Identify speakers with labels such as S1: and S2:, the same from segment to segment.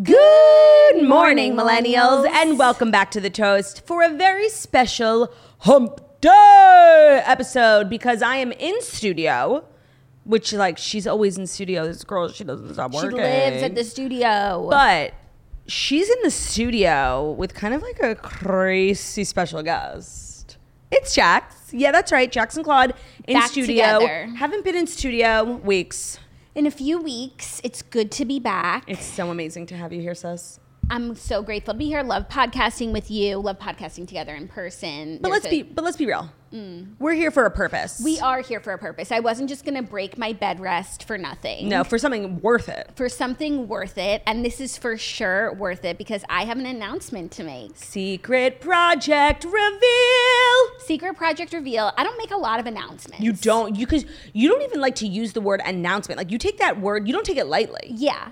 S1: Good morning, millennials, and welcome back to the toast for a very special hump day episode because I am in studio, which like she's always in studio. This girl, she doesn't stop
S2: She
S1: working.
S2: lives at the studio.
S1: but she's in the studio with kind of like a crazy special guest. It's Jax. Yeah, that's right. Jax and Claude in
S2: Back
S1: studio.
S2: together.
S1: Haven't been in studio weeks.
S2: in a few weeks, it's good to be back.
S1: It's so amazing to have you here, sus.
S2: I'm so grateful to be here. Love podcasting with you. Love podcasting together in person.
S1: But let's be but let's be real. We're here for a purpose.
S2: Mm. We are here for a purpose. I wasn't just going to break my bed rest for nothing.
S1: No, for something worth it.
S2: For something worth it. And this is for sure worth it because I have an announcement to make.
S1: Secret project reveal.
S2: Secret project reveal. I don't make a lot of announcements.
S1: You don't you cuz you don't even like to use the word announcement. Like you take that word, you don't take it lightly.
S2: Yeah.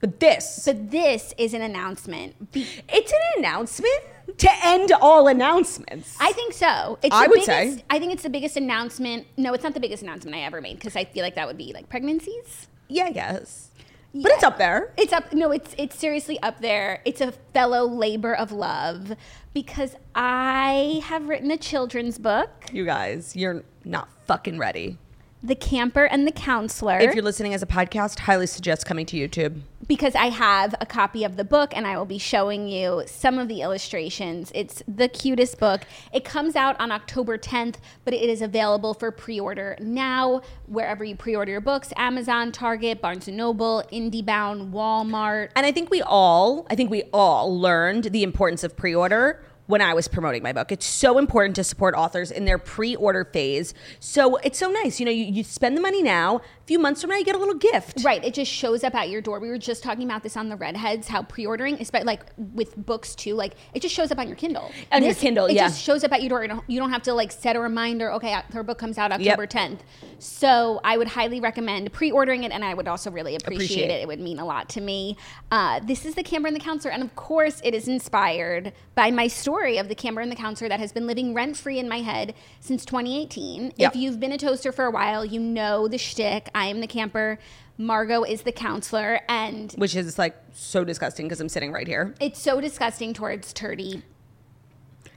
S1: But this
S2: But this is an announcement. Be-
S1: it's an announcement to end all announcements.
S2: I think so. It's
S1: I
S2: the
S1: would say.
S2: biggest, I think it's the biggest announcement. No, it's not the biggest announcement I ever made because I feel like that would be like pregnancies.
S1: yeah, I guess. But it's up there.
S2: It's up. No, it's it's seriously up there. It's a fellow labor of love because I have written a children's book,
S1: You guys, you're not fucking ready.
S2: The Camper and the Counselor,
S1: If you're listening as a podcast, highly suggest coming to YouTube.
S2: because I have a copy of the book and I will be showing you some of the illustrations. It's the cutest book. It comes out on October 10th, but it is available for pre-order now wherever you pre-order your books, Amazon, Target, Barnes & Noble, IndieBound, Walmart.
S1: And I think we all, I think we all learned the importance of pre-order when I was promoting my book. It's so important to support authors in their pre-order phase. So it's so nice. You know, you, you spend the money now, a few months from now you get a little gift.
S2: Right. It just shows up at your door. We were just talking about this on the Redheads, how pre-ordering, especially like with books too, like it just shows up on your Kindle.
S1: On your Kindle,
S2: it
S1: yeah.
S2: just shows up at your door. You don't, you don't have to like set a reminder. Okay, uh, her book comes out
S1: Yep.
S2: October 10th. So I would highly recommend pre-ordering it, and I would also really appreciate,
S1: Appreciate.
S2: it. It would mean a lot to me. Uh, this is the Camber and the Counselor, and of course, it is inspired by my story of the Camber and the Counselor that has been living rent-free in my head since 2018.
S1: Yep.
S2: If you you've been a toaster for a while, you know the shtick. I am the camper. Margot is the counselor, and
S1: Which is like so disgusting because I'm sitting right here.
S2: it's so disgusting towards turdy,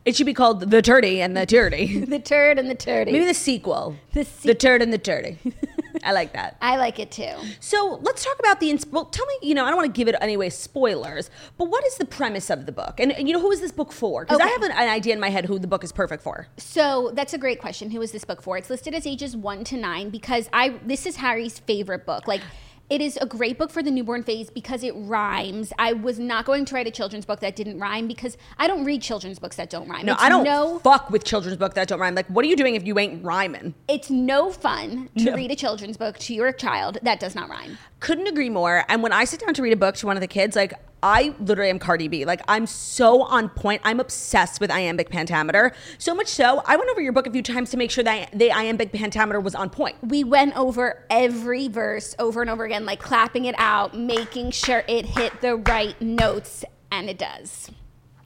S1: It should be called The Turdy and the Turdy.
S2: the turd and the turdy.
S1: Maybe the sequel.
S2: The
S1: the
S2: se-
S1: Turd and the Turdy. I like that.
S2: I like it too.
S1: So let's talk about the. ins- Well, tell me, you know, I don't want to give it anyway spoilers, but what is the premise of the book? And, and, you know, who is this book for? Because I
S2: Okay.
S1: have an, an idea in my head who the book is perfect for.
S2: So that's a great question. Who is this book for? It's listed as ages one to nine because I this is Harry's favorite book. Like it is a great book for the newborn phase because it rhymes. I was not going to write a children's book that didn't rhyme because I don't read children's books that don't rhyme.
S1: No,
S2: It's
S1: I don't
S2: No,
S1: fuck with children's books that don't rhyme. Like, what are you doing if you ain't rhyming?
S2: it's no fun to
S1: No.
S2: read a children's book to your child that does not rhyme.
S1: Couldn't agree more. And when I sit down to read a book to one of the kids, like, I literally am Cardi B. Like, I'm so on point. I'm obsessed with iambic pentameter. So much so, I went over your book a few times to make sure that the iambic pentameter was on point.
S2: we went over every verse over and over again, like clapping it out, making sure it hit the right notes, and it does.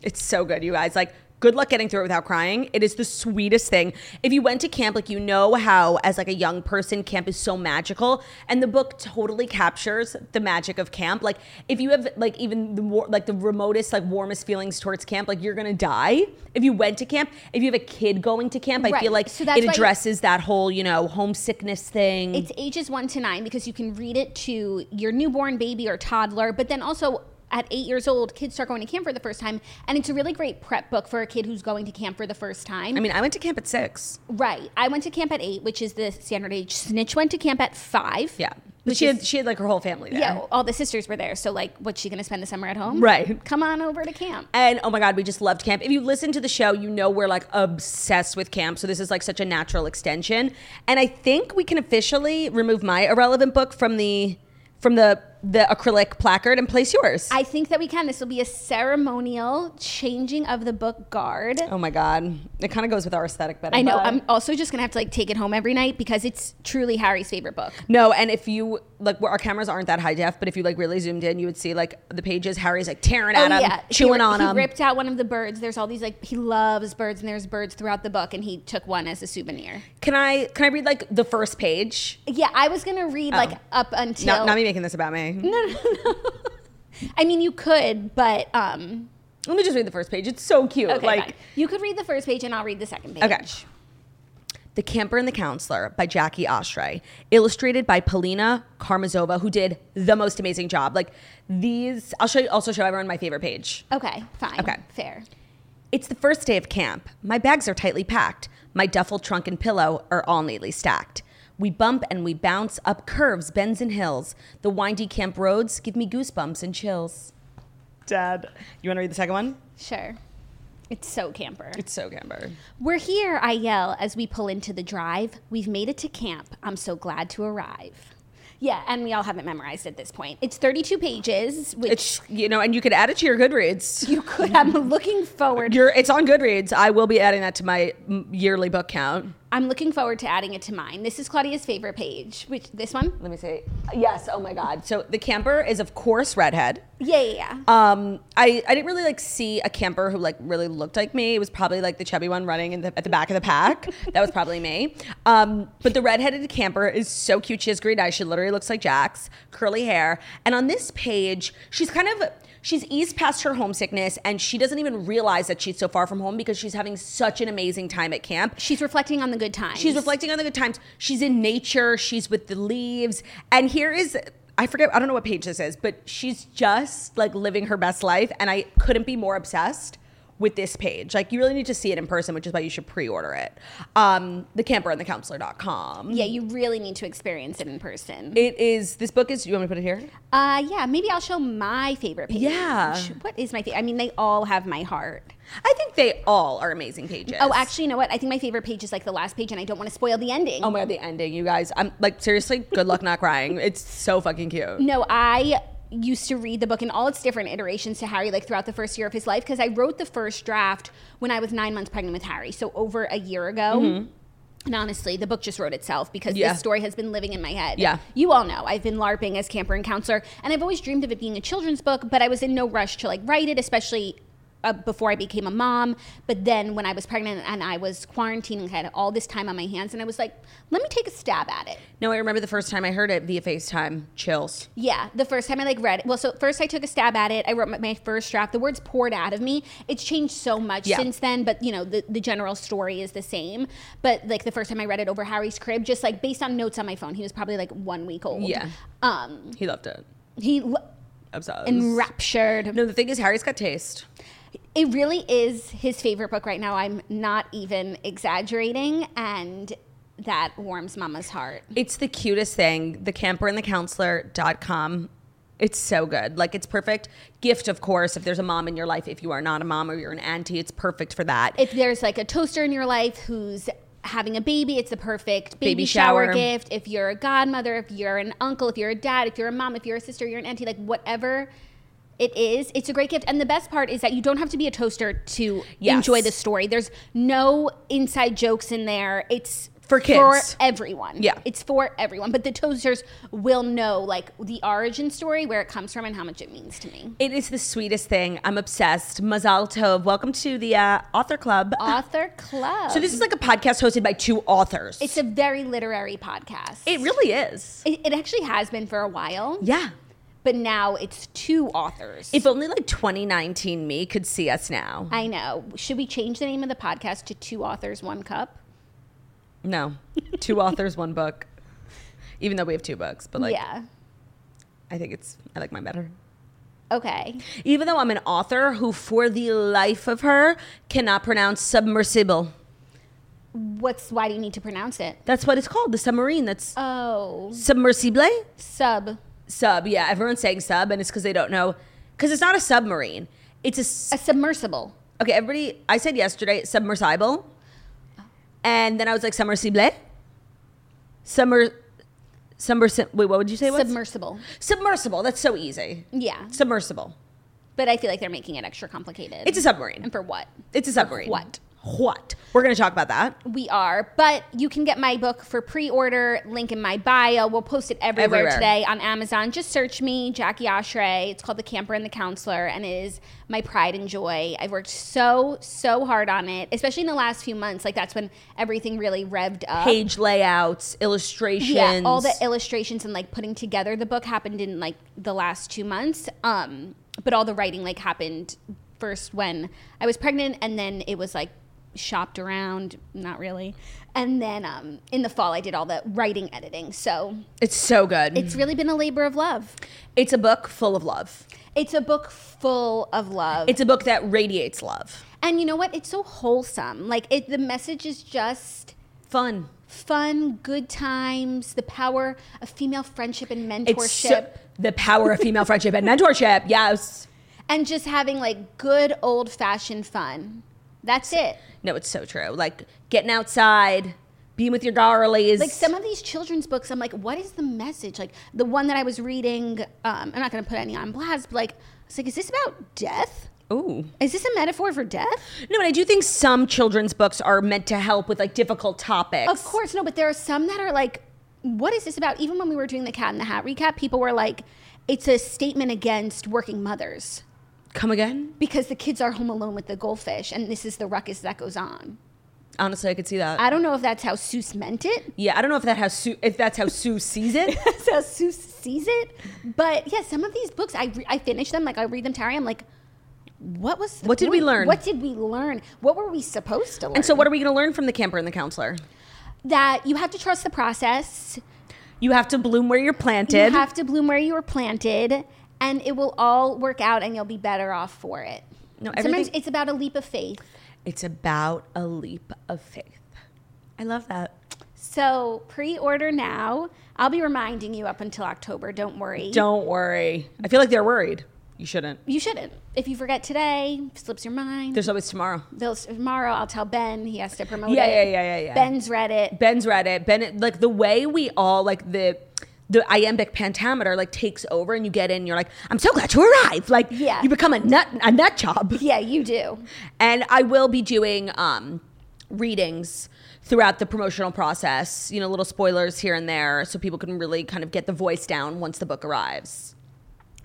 S1: It's so good, you guys. Like, good luck getting through it without crying. It is the sweetest thing. If you went to camp, like you know how as like a young person, camp is so magical, and the book totally captures the magic of camp. Like, if you have like even the war- like the remotest like warmest feelings towards camp, like you're gonna die if you went to camp. If you have a kid going to camp, I
S2: Right.
S1: feel like
S2: So that's
S1: it
S2: why-
S1: addresses that whole you know homesickness thing.
S2: It's ages one to nine because you can read it to your newborn baby or toddler, but then also at eight years old, kids start going to camp for the first time, and it's a really great prep book for a kid who's going to camp for the first time.
S1: I mean, I went to camp at six.
S2: right? I went to camp at eight, which is the standard age. Snitch went to camp at five.
S1: Yeah. But she had she had like her whole family there.
S2: Yeah, all the sisters were there. So, like, what's she going to spend the summer at home?
S1: Right.
S2: Come on over to camp.
S1: And oh my God, we just loved camp. If you listen to the show, you know we're like obsessed with camp. So this is like such a natural extension. And I think we can officially remove my irrelevant book from the from the the acrylic placard and place yours.
S2: I think that we can. This will be a ceremonial changing of the book guard.
S1: oh my God. It kind of goes with our aesthetic better.
S2: I know.
S1: but-
S2: I'm also just gonna have to like take it home every night because it's truly Harry's favorite book.
S1: No, and if you like, our cameras aren't that high def, but if you like really zoomed in, you would see like the pages. Harry's like tearing at him, chewing
S2: Oh, he,
S1: on
S2: he
S1: him.
S2: ripped out one of the birds. There's all these like he loves birds, and there's birds throughout the book, and he took one as a souvenir.
S1: Can I can I read like the first page?
S2: Yeah, I was gonna read like up until.
S1: Not, not me making this about me.
S2: I mean, you could, but um,
S1: Let me just read the first page. It's so cute.
S2: okay,
S1: like
S2: fine. you could read the first page, and I'll read the second page.
S1: Okay. The Camper and the Counselor by Jackie Oshry, illustrated by Polina Karmazova, who did the most amazing job. Like these, I'll show you, also show everyone my favorite page.
S2: Okay, fine.
S1: Okay.
S2: fair.
S1: It's the first day of camp. My bags are tightly packed. My duffel trunk and pillow are all neatly stacked. We bump and we bounce up curves, bends, and hills. The windy camp roads give me goosebumps and chills. Dad, you want to read the second one?
S2: Sure. It's so camper.
S1: It's so camper.
S2: We're here, I yell as we pull into the drive. We've made it to camp. I'm so glad to arrive. Yeah, and we all have it memorized at this point. It's 32 pages, which
S1: It's you know, and you could add it to your Goodreads.
S2: you could. I'm looking forward.
S1: Your, it's on Goodreads. I will be adding that to my mm, yearly book count.
S2: I'm looking forward to adding it to mine. This is Claudia's favorite page, which this one.
S1: Let me see. Yes. Oh my God. So the camper is of course redhead.
S2: Yeah, yeah, yeah.
S1: Um, I I didn't really like see a camper who like really looked like me. It was probably like the chubby one running in the, at the back of the pack. that was probably me. Um, but the redheaded camper is so cute. She has green eyes. She literally looks like Jax. Curly hair. And on this page, she's kind of she's eased past her homesickness, and she doesn't even realize that she's so far from home because she's having such an amazing time at camp.
S2: She's reflecting on the good times.
S1: She's reflecting on the good times. She's in nature. She's with the leaves. And here is I forget I don't know what page this is, but she's just like living her best life. And I couldn't be more obsessed with this page. Like you really need to see it in person, which is why you should pre-order it. Um, the camper and the counselor.com.
S2: Yeah, you really need to experience it in person.
S1: It is this book is you want me to put it here?
S2: uh, yeah, maybe I'll show my favorite page.
S1: Yeah.
S2: What is my favorite? I mean, they all have my heart.
S1: I think they all are amazing pages.
S2: Oh, actually, you know what? I think my favorite page is like the last page, and I don't want to spoil the ending.
S1: Oh my god, the ending, you guys. I'm like seriously, good luck not crying. It's so fucking cute.
S2: No, I used to read the book in all its different iterations to Harry, like throughout the first year of his life, because I wrote the first draft when I was nine months pregnant with Harry, so over a year ago. And honestly, the book just wrote itself because
S1: Mm-hmm. Yeah.
S2: this story has been living in my head.
S1: Yeah.
S2: You all know I've been LARPing as camper and counselor, and I've always dreamed of it being a children's book, but I was in no rush to like write it, especially uh, before I became a mom. But then when I was pregnant and I was quarantining, I had all this time on my hands, and I was like, let me take a stab at it.
S1: No, I remember the first time I heard it via FaceTime. Chills.
S2: Yeah, the first time I like read it. Well, so first I took a stab at it. I wrote my, my first draft. The words poured out of me. It's changed so much
S1: Yeah.
S2: since then, but you know, the, the general story is the same. But like the first time I read it over Harry's crib, just like based on notes on my phone, he was probably like one week old.
S1: Yeah.
S2: Um,
S1: He loved it.
S2: he l-
S1: Obsessed.
S2: enraptured.
S1: No, the thing is, Harry's got taste.
S2: It really is his favorite book right now. I'm not even exaggerating. And that warms mama's heart.
S1: It's the cutest thing. The camper and the counselor.com. It's so good. Like, it's perfect. Gift, of course, if there's a mom in your life, if you are not a mom or you're an auntie, it's perfect for that.
S2: if there's like a toaster in your life who's having a baby, it's the perfect baby,
S1: Baby
S2: shower.
S1: shower.
S2: gift. If you're a godmother, if you're an uncle, if you're a dad, if you're a mom, if you're a sister, you're an auntie, like whatever it is, it's a great gift. And the best part is that you don't have to be a toaster to
S1: Yes.
S2: enjoy the story. There's no inside jokes in there. It's
S1: For kids.
S2: for everyone.
S1: Yeah.
S2: it's for everyone. But the toasters will know like the origin story, where it comes from, and how much it means to me.
S1: it is the sweetest thing. I'm obsessed. Mazal Tov. Welcome to the uh, author club.
S2: Author club.
S1: so, this is like a podcast hosted by two authors.
S2: it's a very literary podcast.
S1: it really is.
S2: It, it actually has been for a while,
S1: Yeah.
S2: but now it's two authors.
S1: If only like 2019 me could see us now.
S2: I know. Should we change the name of the podcast to Two Authors, One Cup?
S1: No, two authors, one book. Even though we have two books, but like,
S2: yeah.
S1: I think it's I like mine better.
S2: Okay.
S1: Even though I'm an author who, for the life of her, cannot pronounce submersible.
S2: What's why do you need to pronounce it?
S1: That's what it's called, the submarine. That's
S2: Oh,
S1: submersible.
S2: sub.
S1: Sub, yeah. Everyone's saying sub, and it's because they don't know. Because it's not a submarine. It's a. s-
S2: A submersible.
S1: Okay, everybody. I said yesterday submersible, and then I was like submersible. Submer, submersible. Wait, what would you say? it was?
S2: Submersible.
S1: submersible. That's so easy.
S2: Yeah.
S1: Submersible.
S2: But I feel like they're making it extra complicated.
S1: It's a submarine.
S2: and for what?
S1: It's a submarine.
S2: What?
S1: What? We're gonna talk about that.
S2: We are, but you can get my book for pre-order. Link in my bio. We'll post it everywhere,
S1: Everywhere.
S2: today on Amazon. Just search me, Jackie Ashray. It's called The Camper and the Counselor, and it is my pride and joy. I've worked so so hard on it, especially in the last few months. Like that's when everything really revved up.
S1: Page layouts, illustrations.
S2: Yeah, all the illustrations and like putting together the book happened in like the last two months. Um, but all the writing like happened first when I was pregnant, and then it was like shopped around, not really. And then um, in the fall, I did all the writing editing. So
S1: it's so good.
S2: it's really been a labor of love.
S1: It's a book full of love.
S2: It's a book full of love.
S1: It's a book that radiates love.
S2: and you know what? It's so wholesome. Like it, the message is just
S1: Fun.
S2: fun, good times, the power of female friendship and mentorship.
S1: It's so- the power of female friendship and mentorship. Yes.
S2: and just having like good old fashioned fun. That's it.
S1: No, it's so true. Like getting outside, being with your darlies.
S2: Like some of these children's books, I'm like, what is the message? Like the one that I was reading, um, I'm not going to put any on blast, but like, I was like, is this about death?
S1: Ooh.
S2: Is this a metaphor for death?
S1: No, and I do think some children's books are meant to help with like difficult topics.
S2: Of course, no, but there are some that are like, what is this about? Even when we were doing the Cat in the Hat recap, people were like, it's a statement against working mothers
S1: Come again?
S2: because the kids are home alone with the goldfish and this is the ruckus that goes on.
S1: Honestly, I could see that.
S2: I don't know if that's how Seuss meant it,
S1: yeah, I don't know if that how Sue if that's how Sue sees it.
S2: that's how Sue sees it. But yeah, some of these books, I re- I finish them, like I read them, Terry. I'm like, what was the
S1: What did we
S2: point?
S1: learn?
S2: What did we learn? What were we supposed to learn?
S1: and so, what are we going to learn from the camper and the counselor?
S2: that you have to trust the process.
S1: You have to bloom where you're planted.
S2: You have to bloom where you were planted, and it will all work out, and you'll be better off for it.
S1: No,
S2: Sometimes
S1: everything-
S2: it's about a leap of faith.
S1: it's about a leap of faith. I love that.
S2: So pre-order now. I'll be reminding you up until October. Don't worry.
S1: Don't worry. I feel like they're worried. You shouldn't.
S2: You shouldn't. If you forget today, slips your mind.
S1: There's always tomorrow.
S2: They'll, tomorrow I'll tell Ben he has to promote
S1: Yeah,
S2: it.
S1: yeah, yeah, yeah, yeah.
S2: Ben's read it.
S1: Ben's read it. Ben, like the way we all like the the iambic pentameter like takes over, and you get in. You're like, I'm so glad you arrived. Like,
S2: Yeah.
S1: you become a nut a nut job.
S2: Yeah, you do.
S1: And I will be doing um readings throughout the promotional process. You know, little spoilers here and there, so people can really kind of get the voice down once the book arrives.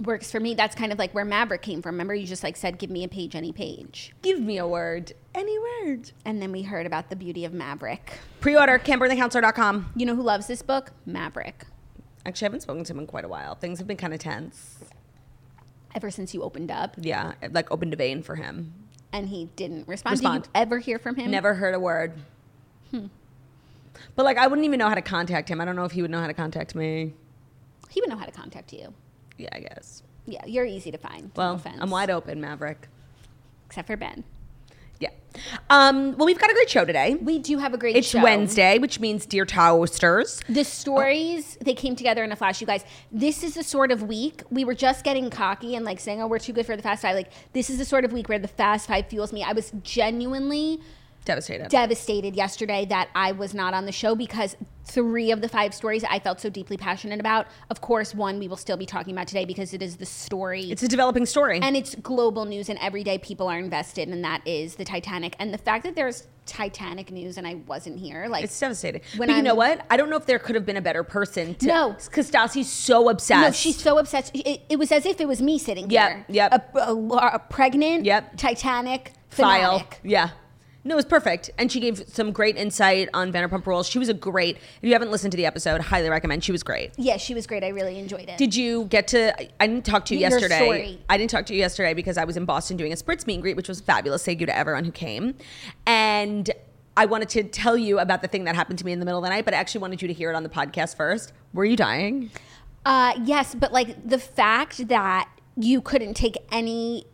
S2: Works for me. That's kind of like where Maverick came from. Remember, you just like said, "Give me a page, any page,"
S1: Give me a word, any word.
S2: and then we heard about the beauty of Maverick.
S1: Pre-order camperandthecounselor.com.
S2: You know who loves this book? Maverick.
S1: Actually, I haven't spoken to him in quite a while. Things have been kind of tense.
S2: Ever since you opened up,
S1: Yeah, it, like opened a vein for him.
S2: and he didn't respond.
S1: Respond.
S2: Did you ever hear from him?
S1: Never heard a word.
S2: Hmm.
S1: But like, I wouldn't even know how to contact him. I don't know if he would know how to contact me.
S2: He would know how to contact you.
S1: Yeah, I guess.
S2: Yeah, you're easy to find.
S1: Well,
S2: no offense.
S1: I'm wide open, Maverick.
S2: except for Ben.
S1: Yeah. Um, well, we've got a great show today.
S2: We do have a great.
S1: It's
S2: show.
S1: Wednesday, which means Dear Toasters.
S2: The stories, they came together in a flash, you guys. This is the sort of week we were just getting cocky and like saying, oh, we're too good for the Fast Five. Like, this is the sort of week where the Fast Five fuels me. I was genuinely
S1: Devastated.
S2: devastated yesterday that I was not on the show because three of the five stories I felt so deeply passionate about. Of course, one we will still be talking about today because it is the story.
S1: it's a developing story.
S2: and it's global news, and everyday people are invested, and that is the Titanic. And the fact that there's Titanic news and I wasn't here, like,
S1: it's devastating.
S2: When
S1: but you
S2: I'm-
S1: know what? I don't know if there could have been a better person to.
S2: No.
S1: Because Stassi's so obsessed.
S2: No, she's so obsessed. It, it was as if it was me sitting
S1: Yep,
S2: here.
S1: yep.
S2: A, a, a pregnant,
S1: Yep.
S2: Titanic
S1: file.
S2: fanatic.
S1: Yeah. No, it was perfect. And she gave some great insight on Vanderpump Rules. She was a great, if you haven't listened to the episode, highly recommend. She was great.
S2: Yeah, she was great. I really enjoyed it.
S1: Did you get to? I- I didn't talk to you
S2: Your
S1: yesterday.
S2: story.
S1: I didn't talk to you yesterday because I was in Boston doing a spritz meet and greet, which was fabulous. Thank you to everyone who came. And I wanted to tell you about the thing that happened to me in the middle of the night, but I actually wanted you to hear it on the podcast first. Were you dying?
S2: uh, yes, but like the fact that you couldn't take any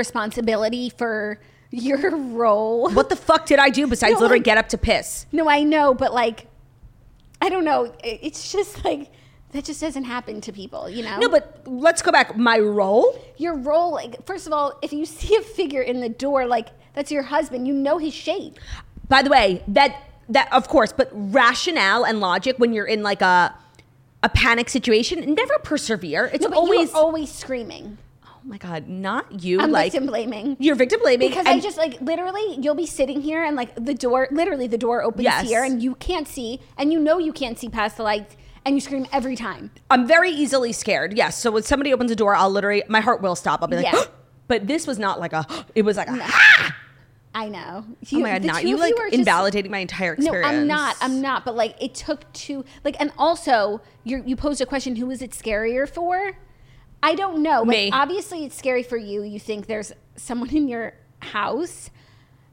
S2: responsibility for your role.
S1: What the fuck did I do besides
S2: No,
S1: literally
S2: like-
S1: get up to piss?
S2: No, I know, but like, I don't know. It- It's just like that just doesn't happen to people, you know.
S1: No, but let's go back. My role?
S2: your role, like, first of all, if you see a figure in the door, like that's your husband, you know his shape.
S1: By the way, that that of course, but rationale and logic when you're in like a a panic situation, never persevere. It's
S2: No, but
S1: always
S2: always, you're always screaming.
S1: Oh my god, not you
S2: I'm
S1: like
S2: victim blaming.
S1: you're victim blaming
S2: because I
S1: and-
S2: just like literally, you'll be sitting here and like the door, literally the door opens
S1: Yes.
S2: here, and you can't see, and you know you can't see past the lights, and you scream every time.
S1: I'm very easily scared. Yes. So when somebody opens a door, I'll literally my heart will stop. I'll be like,
S2: Yeah.
S1: but this was not like a. It was like, a, "Ah!"
S2: I know.
S1: oh
S2: You-
S1: my god,
S2: the
S1: not
S2: two
S1: you
S2: of
S1: like
S2: are just-
S1: invalidating my entire
S2: No,
S1: experience.
S2: I'm not. I'm not. But like, it took two. Like, and also, you you posed a question: Who is it scarier for? I don't know. Like,
S1: Me.
S2: Obviously, it's scary for you. You think there's someone in your house,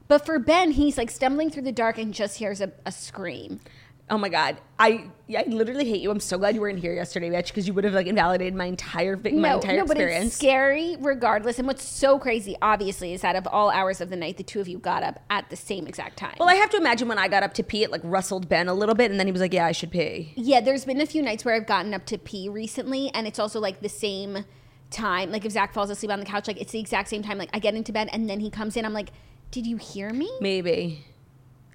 S2: but for Ben, he's like stumbling through the dark and just hears a, a scream.
S1: Oh my god, I yeah, I literally hate you. I'm so glad you weren't here yesterday, bitch, because you would have like invalidated my entire vi- my
S2: no,
S1: entire
S2: no, but it's
S1: experience.
S2: scary regardless. And what's so crazy, obviously, is that of all hours of the night, the two of you got up at the same exact time.
S1: well, I have to imagine when I got up to pee, it like rustled Ben a little bit, and then he was like, "Yeah, I should pee."
S2: Yeah, there's been a few nights where I've gotten up to pee recently, and it's also like the same time. Like if Zach falls asleep on the couch, like it's the exact same time. Like I get into bed and then he comes in. I'm like, did you hear me?
S1: Maybe,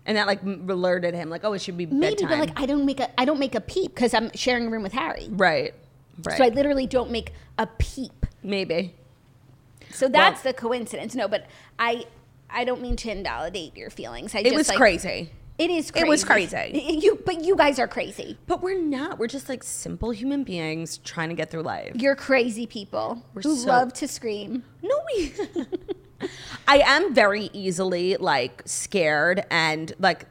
S1: and that like m- alerted him, like, "Oh, it should be
S2: Maybe,
S1: bedtime."
S2: but like I don't make a I don't make a peep because I'm sharing a room with Harry,
S1: right, right,
S2: so I literally don't make a peep.
S1: maybe.
S2: So that's the coincidence. No, but I I don't mean to invalidate your feelings. I
S1: It
S2: just,
S1: was
S2: like-
S1: crazy,
S2: It is. crazy.
S1: It was crazy.
S2: You but you guys are crazy.
S1: but we're not. We're just like simple human beings trying to get through life.
S2: You're crazy people who
S1: so-
S2: love to scream.
S1: No, we. I am very easily like scared and like.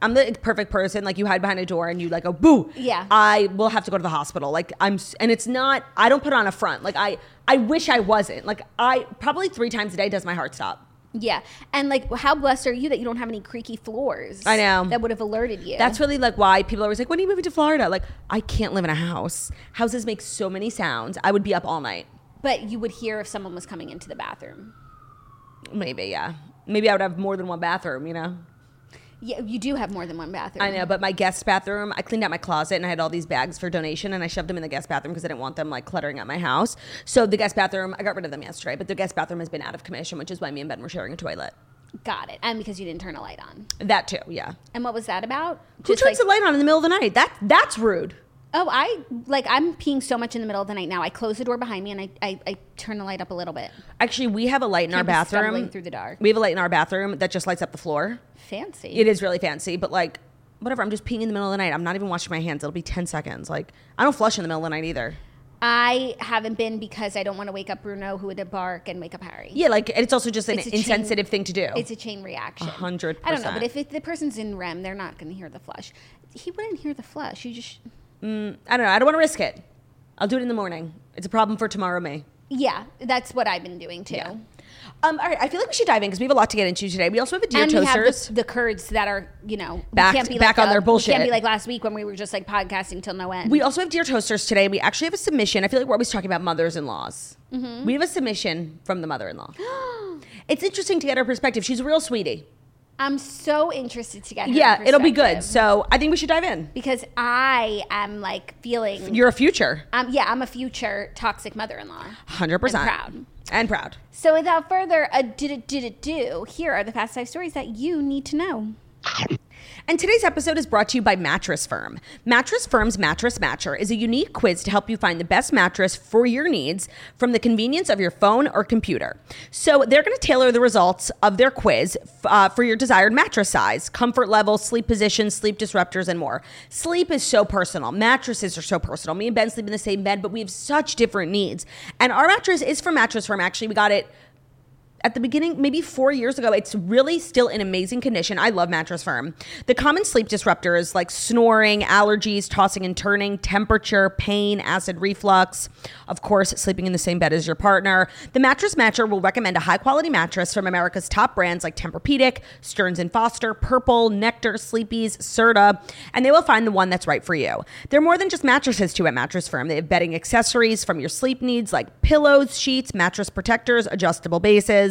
S1: I'm the perfect person. Like you hide behind a door and you like go boo.
S2: Yeah.
S1: I will have to go to the hospital. Like I'm, s- and it's not. I don't put on a front. Like I, I wish I wasn't. Like I probably three times a day does my heart stop.
S2: Yeah, and like, how blessed are you that you don't have any creaky floors?
S1: I know.
S2: that would have alerted you.
S1: That's really like why people are always like, when are you moving to Florida? Like I can't live in a house. Houses make so many sounds. I would be up all night.
S2: but you would hear if someone was coming into the bathroom.
S1: Maybe yeah. Maybe I would have more than one bathroom. You know.
S2: Yeah, you do have more than one bathroom.
S1: I know, but my guest bathroom, I cleaned out my closet and I had all these bags for donation and I shoved them in the guest bathroom because I didn't want them like cluttering up my house. So the guest bathroom, I got rid of them yesterday, but the guest bathroom has been out of commission, which is why me and Ben were sharing a toilet.
S2: Got it. And because you didn't turn a light on.
S1: That too, yeah.
S2: And what was that about?
S1: Who
S2: Just,
S1: turns the
S2: like,
S1: light on in the middle of the night? That that's rude.
S2: Oh, I like I'm peeing so much in the middle of the night now. I close the door behind me and I I, I turn the light up a little bit.
S1: Actually, we have a light in our
S2: Can't be
S1: bathroom.
S2: stumbling through the dark.
S1: We have a light in our bathroom that just lights up the floor.
S2: Fancy.
S1: It is really fancy, but like whatever, I'm just peeing in the middle of the night. I'm not even washing my hands. It'll be 10 seconds. Like I don't flush in the middle of the night either.
S2: I haven't been because I don't want to wake up Bruno, who would bark and wake up Harry.
S1: Yeah, like it's also just an
S2: It's a chain-
S1: insensitive thing to do.
S2: It's a chain reaction.
S1: hundred
S2: I don't know, but
S1: percent.
S2: if it, the person's in REM, they're not going to hear the flush. He wouldn't hear the flush. You just,
S1: I don't know. I don't want to risk it. I'll do it in the morning. It's a problem for tomorrow, me.
S2: yeah, that's what I've been doing too.
S1: Um, all right. I feel like we should dive in because we have a lot to get into today. We also have a deer
S2: And we have
S1: toasters.
S2: the, the Kurds that are, you know, we
S1: Back- back
S2: like
S1: on their
S2: uh, we
S1: bullshit.
S2: Can't be like last week when we were just like podcasting till no end.
S1: we also have deer toasters today. We actually have a submission. I feel like we're always talking about mothers-in-laws. We have a submission from the mother-in-law. it's interesting to get her perspective. She's a real sweetie.
S2: I'm so interested to get. her
S1: Yeah, it'll be good.
S2: perspective.
S1: So I think we should dive in.
S2: because I am like feeling.
S1: You're a future,
S2: um, yeah, I'm a future toxic mother-in-law.
S1: hundred percent,
S2: proud.
S1: and proud.
S2: So without further ado, do here are the fast five stories that you need to know.
S1: And today's episode is brought to you by Mattress Firm. Mattress Firm's Mattress Matcher is a unique quiz to help you find the best mattress for your needs from the convenience of your phone or computer. So they're going to tailor the results of their quiz f- uh, for your desired mattress size, comfort level, sleep position, sleep disruptors, and more. Sleep is so personal. Mattresses are so personal. Me and Ben sleep in the same bed, but we have such different needs. And our mattress is from Mattress Firm. Actually, we got it at the beginning, maybe four years ago. It's really still in amazing condition. I love Mattress Firm. The common sleep disruptors like snoring, allergies, tossing and turning, temperature, pain, acid reflux, of course, sleeping in the same bed as your partner. The Mattress Matcher will recommend a high quality mattress from America's top brands like Tempur-Pedic, Stearns and Foster, Purple, Nectar, Sleepies, Serta, and they will find the one that's right for you. They're more than just mattresses too at Mattress Firm. They have bedding accessories from your sleep needs like pillows, sheets, mattress protectors, adjustable bases.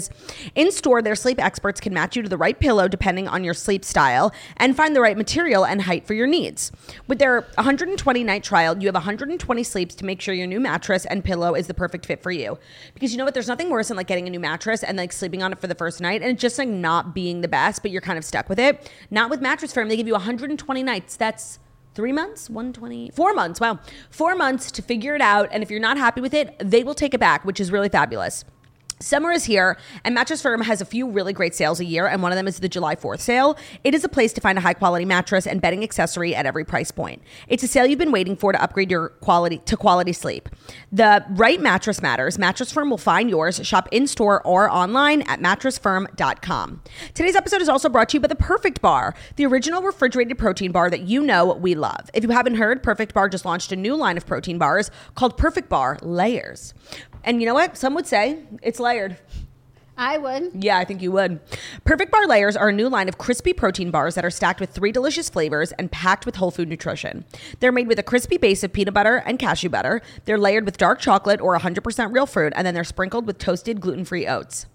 S1: In store, their sleep experts can match you to the right pillow depending on your sleep style and find the right material and height for your needs. With their 120 night trial, you have 120 sleeps to make sure your new mattress and pillow is the perfect fit for you. Because you know what? There's nothing worse than like getting a new mattress and like sleeping on it for the first night and it just like not being the best, but you're kind of stuck with it. Not with Mattress Firm. They give you 120 nights. That's three months 120 four months wow four months to figure it out and if you're not happy with it they will take it back which is really fabulous Summer is here, and Mattress Firm has a few really great sales a year, and one of them is the July 4th sale. It is a place to find a high quality mattress and bedding accessory at every price point. It's a sale you've been waiting for to upgrade your quality to quality sleep. The right mattress matters. Mattress Firm will find yours. Shop in store or online at mattressfirm.com. Today's episode is also brought to you by the Perfect Bar, the original refrigerated protein bar that you know we love. If you haven't heard, Perfect Bar just launched a new line of protein bars called Perfect Bar Layers. And you know what? Some would say it's layered.
S2: I would.
S1: Yeah, I think you would. Perfect Bar Layers are a new line of crispy protein bars that are stacked with three delicious flavors and packed with whole food nutrition. They're made with a crispy base of peanut butter and cashew butter. They're layered with dark chocolate or 100% real fruit, and then they're sprinkled with toasted gluten free oats.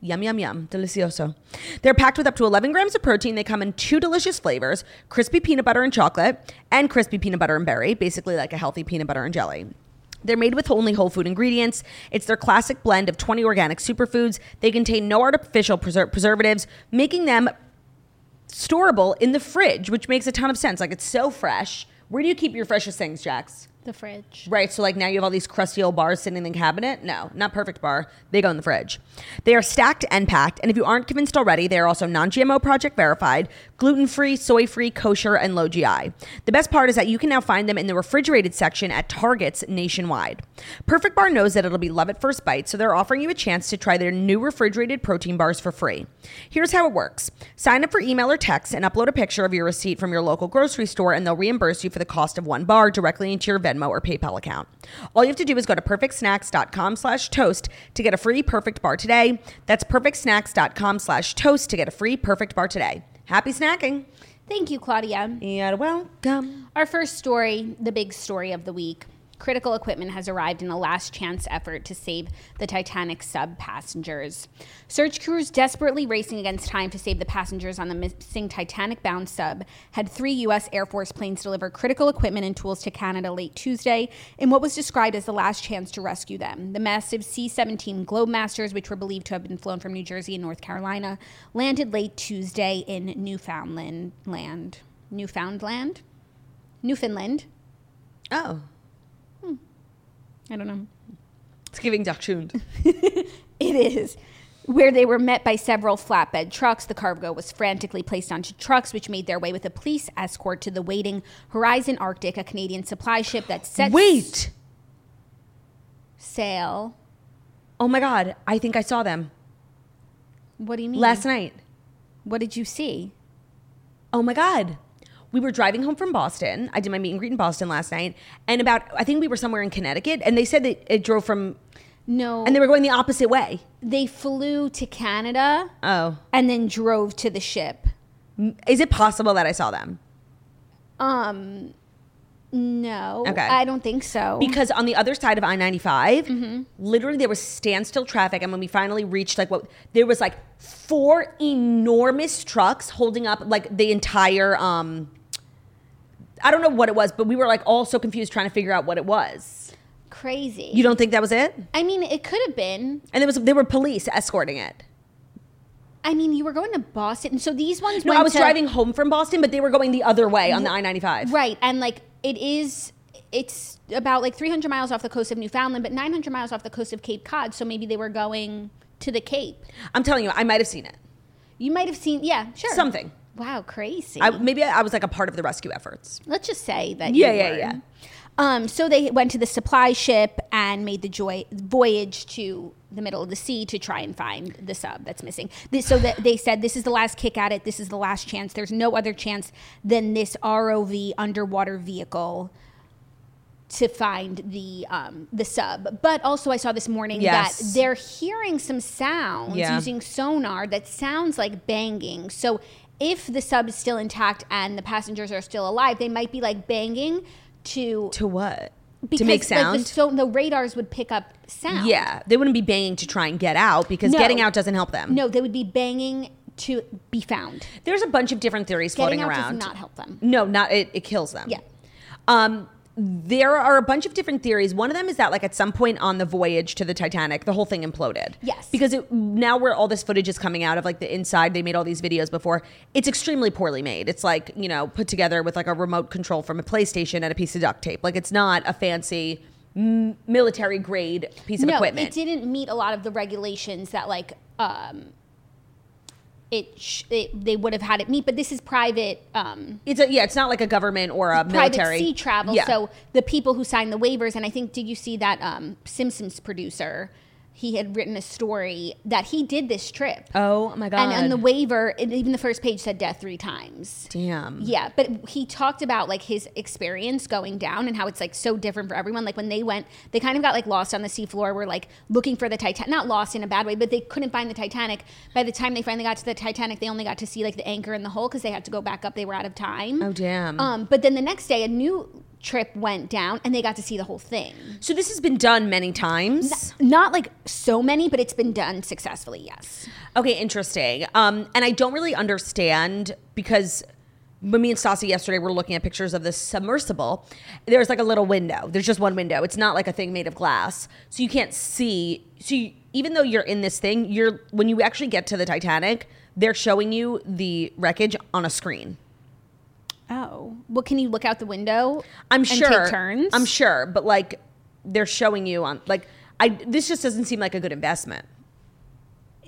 S1: Yum, yum, yum. Delicioso. They're packed with up to 11 grams of protein. They come in two delicious flavors crispy peanut butter and chocolate, and crispy peanut butter and berry, basically like a healthy peanut butter and jelly. They're made with only whole food ingredients. It's their classic blend of 20 organic superfoods. They contain no artificial preser- preservatives, making them storable in the fridge, which makes a ton of sense. Like it's so fresh. Where do you keep your freshest things, Jax?
S2: The fridge.
S1: Right. So like now you have all these crusty old bars sitting in the cabinet. No, not perfect bar. They go in the fridge. They are stacked and packed. And if you aren't convinced already, they are also non-GMO project verified, gluten-free, soy-free, kosher, and low GI. The best part is that you can now find them in the refrigerated section at Targets nationwide. Perfect Bar knows that it'll be love at first bite, so they're offering you a chance to try their new refrigerated protein bars for free. Here's how it works. Sign up for email or text and upload a picture of your receipt from your local grocery store and they'll reimburse you for the cost of one bar directly into your Venmo or PayPal account. All you have to do is go to perfectsnacks.com slash toast to get a free perfect bar today. That's perfectsnacks.com slash toast to get a free perfect bar today. Happy snacking.
S2: Thank you, Claudia.
S1: You're welcome.
S2: Our first story, the big story of the week. Critical equipment has arrived in a last chance effort to save the Titanic sub passengers. Search crews desperately racing against time to save the passengers on the missing Titanic bound sub had three U.S. Air Force planes deliver critical equipment and tools to Canada late Tuesday in what was described as the last chance to rescue them. The massive C 17 Globemasters, which were believed to have been flown from New Jersey and North Carolina, landed late Tuesday in Newfoundland. Land. Newfoundland? Newfoundland?
S1: Oh,
S2: I don't know.
S1: it's giving duck tuned.
S2: It is. Where they were met by several flatbed trucks. The cargo was frantically placed onto trucks, which made their way with a police escort to the waiting Horizon Arctic, a Canadian supply ship that set
S1: Wait.
S2: sail.
S1: Oh my God. I think I saw them
S2: What do you mean?
S1: last night.
S2: What did you see?
S1: Oh my God. We were driving home from Boston. I did my meet and greet in Boston last night. And about, I think we were somewhere in Connecticut. And they said that it drove from,
S2: No.
S1: and they were going the opposite way.
S2: they flew to Canada
S1: Oh.
S2: and then drove to the ship.
S1: Is it possible that I saw them?
S2: Um, no.
S1: Okay.
S2: I don't think so.
S1: because on the other side of I 95, literally there was standstill traffic. And when we finally reached, like, what there was like four enormous trucks holding up like the entire, um, I don't know what it was, but we were like all so confused trying to figure out what it was.
S2: Crazy.
S1: You don't think that was it?
S2: I mean, it could have been.
S1: And there was there were police escorting it.
S2: I mean, you were going to Boston. So these ones
S1: No,
S2: went
S1: I was
S2: to-
S1: driving home from Boston, but they were going the other way on the I 95.
S2: Right, and like it is, it's about like 300 miles off the coast of Newfoundland, but 900 miles off the coast of Cape Cod. So maybe they were going to the Cape.
S1: I'm telling you, I might have seen it.
S2: You might have seen, yeah, sure,
S1: Something.
S2: Wow, crazy.
S1: I, maybe I was like a part of the rescue efforts.
S2: Let's just say that.
S1: Yeah,
S2: you
S1: yeah,
S2: were.
S1: yeah.
S2: Um, so they went to the supply ship and made the joy- voyage to the middle of the sea to try and find the sub that's missing. This, so that they said, this is the last kick at it. This is the last chance. There's no other chance than this ROV underwater vehicle to find the um, the sub. But also, I saw this morning
S1: Yes.
S2: that they're hearing some sounds
S1: Yeah.
S2: using sonar that sounds like banging. So if the sub is still intact and the passengers are still alive, they might be like banging to
S1: To what? to
S2: because,
S1: make
S2: Like,
S1: sound.
S2: the, so the radars would pick up sound.
S1: yeah, they wouldn't be banging to try and get out because
S2: No.
S1: getting out doesn't help them.
S2: No, they would be banging to be found.
S1: There's a bunch of different theories
S2: Getting
S1: floating
S2: out
S1: around. Mm-hmm.
S2: does not help them.
S1: No, not it, it kills them.
S2: Yeah.
S1: Um, there are a bunch of different theories. One of them is that, like, at some point on the voyage to the Titanic, the whole thing imploded.
S2: Yes.
S1: Because it, now, where all this footage is coming out of, like, the inside, they made all these videos before. It's extremely poorly made. It's like, you know, put together with like a remote control from a PlayStation and a piece of duct tape. Like, it's not a fancy m- military grade piece of
S2: no,
S1: equipment.
S2: it didn't meet a lot of the regulations that like um, it, sh- it they would have had it meet. But this is private um,
S1: It's a, yeah, it's not like a government or a
S2: private
S1: military
S2: sea travel.
S1: Yeah.
S2: So the people who signed the waivers, and I think did you see that um, Simpsons producer? He had written a story that he did this trip.
S1: oh my god.
S2: And on the waiver, and even the first page said death three times.
S1: Damn.
S2: Yeah, but he talked about like his experience going down and how it's like so different for everyone. Like when they went, they kind of got like lost on the seafloor, were like looking for the Titanic, not lost in a bad way, but they couldn't find the Titanic. By the time they finally got to the Titanic, they only got to see like the anchor and the hull because they had to go back up. They were out of time.
S1: Oh, damn.
S2: Um, but then the next day, a new trip went down and they got to see the whole thing.
S1: So this has been done many times.
S2: Not like so many, but it's been done successfully, yes.
S1: Okay, interesting. Um, and I don't really understand because when me and Stassi yesterday were looking at pictures of this submersible, there's like a little window. There's just one window. It's not like a thing made of glass, so you can't see. So you, even though you're in this thing, you're when you actually get to the Titanic, they're showing you the wreckage on a screen.
S2: Oh. Well, can you look out the window?
S1: I'm
S2: and
S1: sure.
S2: Take turns?
S1: I'm sure, but like they're showing you on like I. This just doesn't seem like a good investment.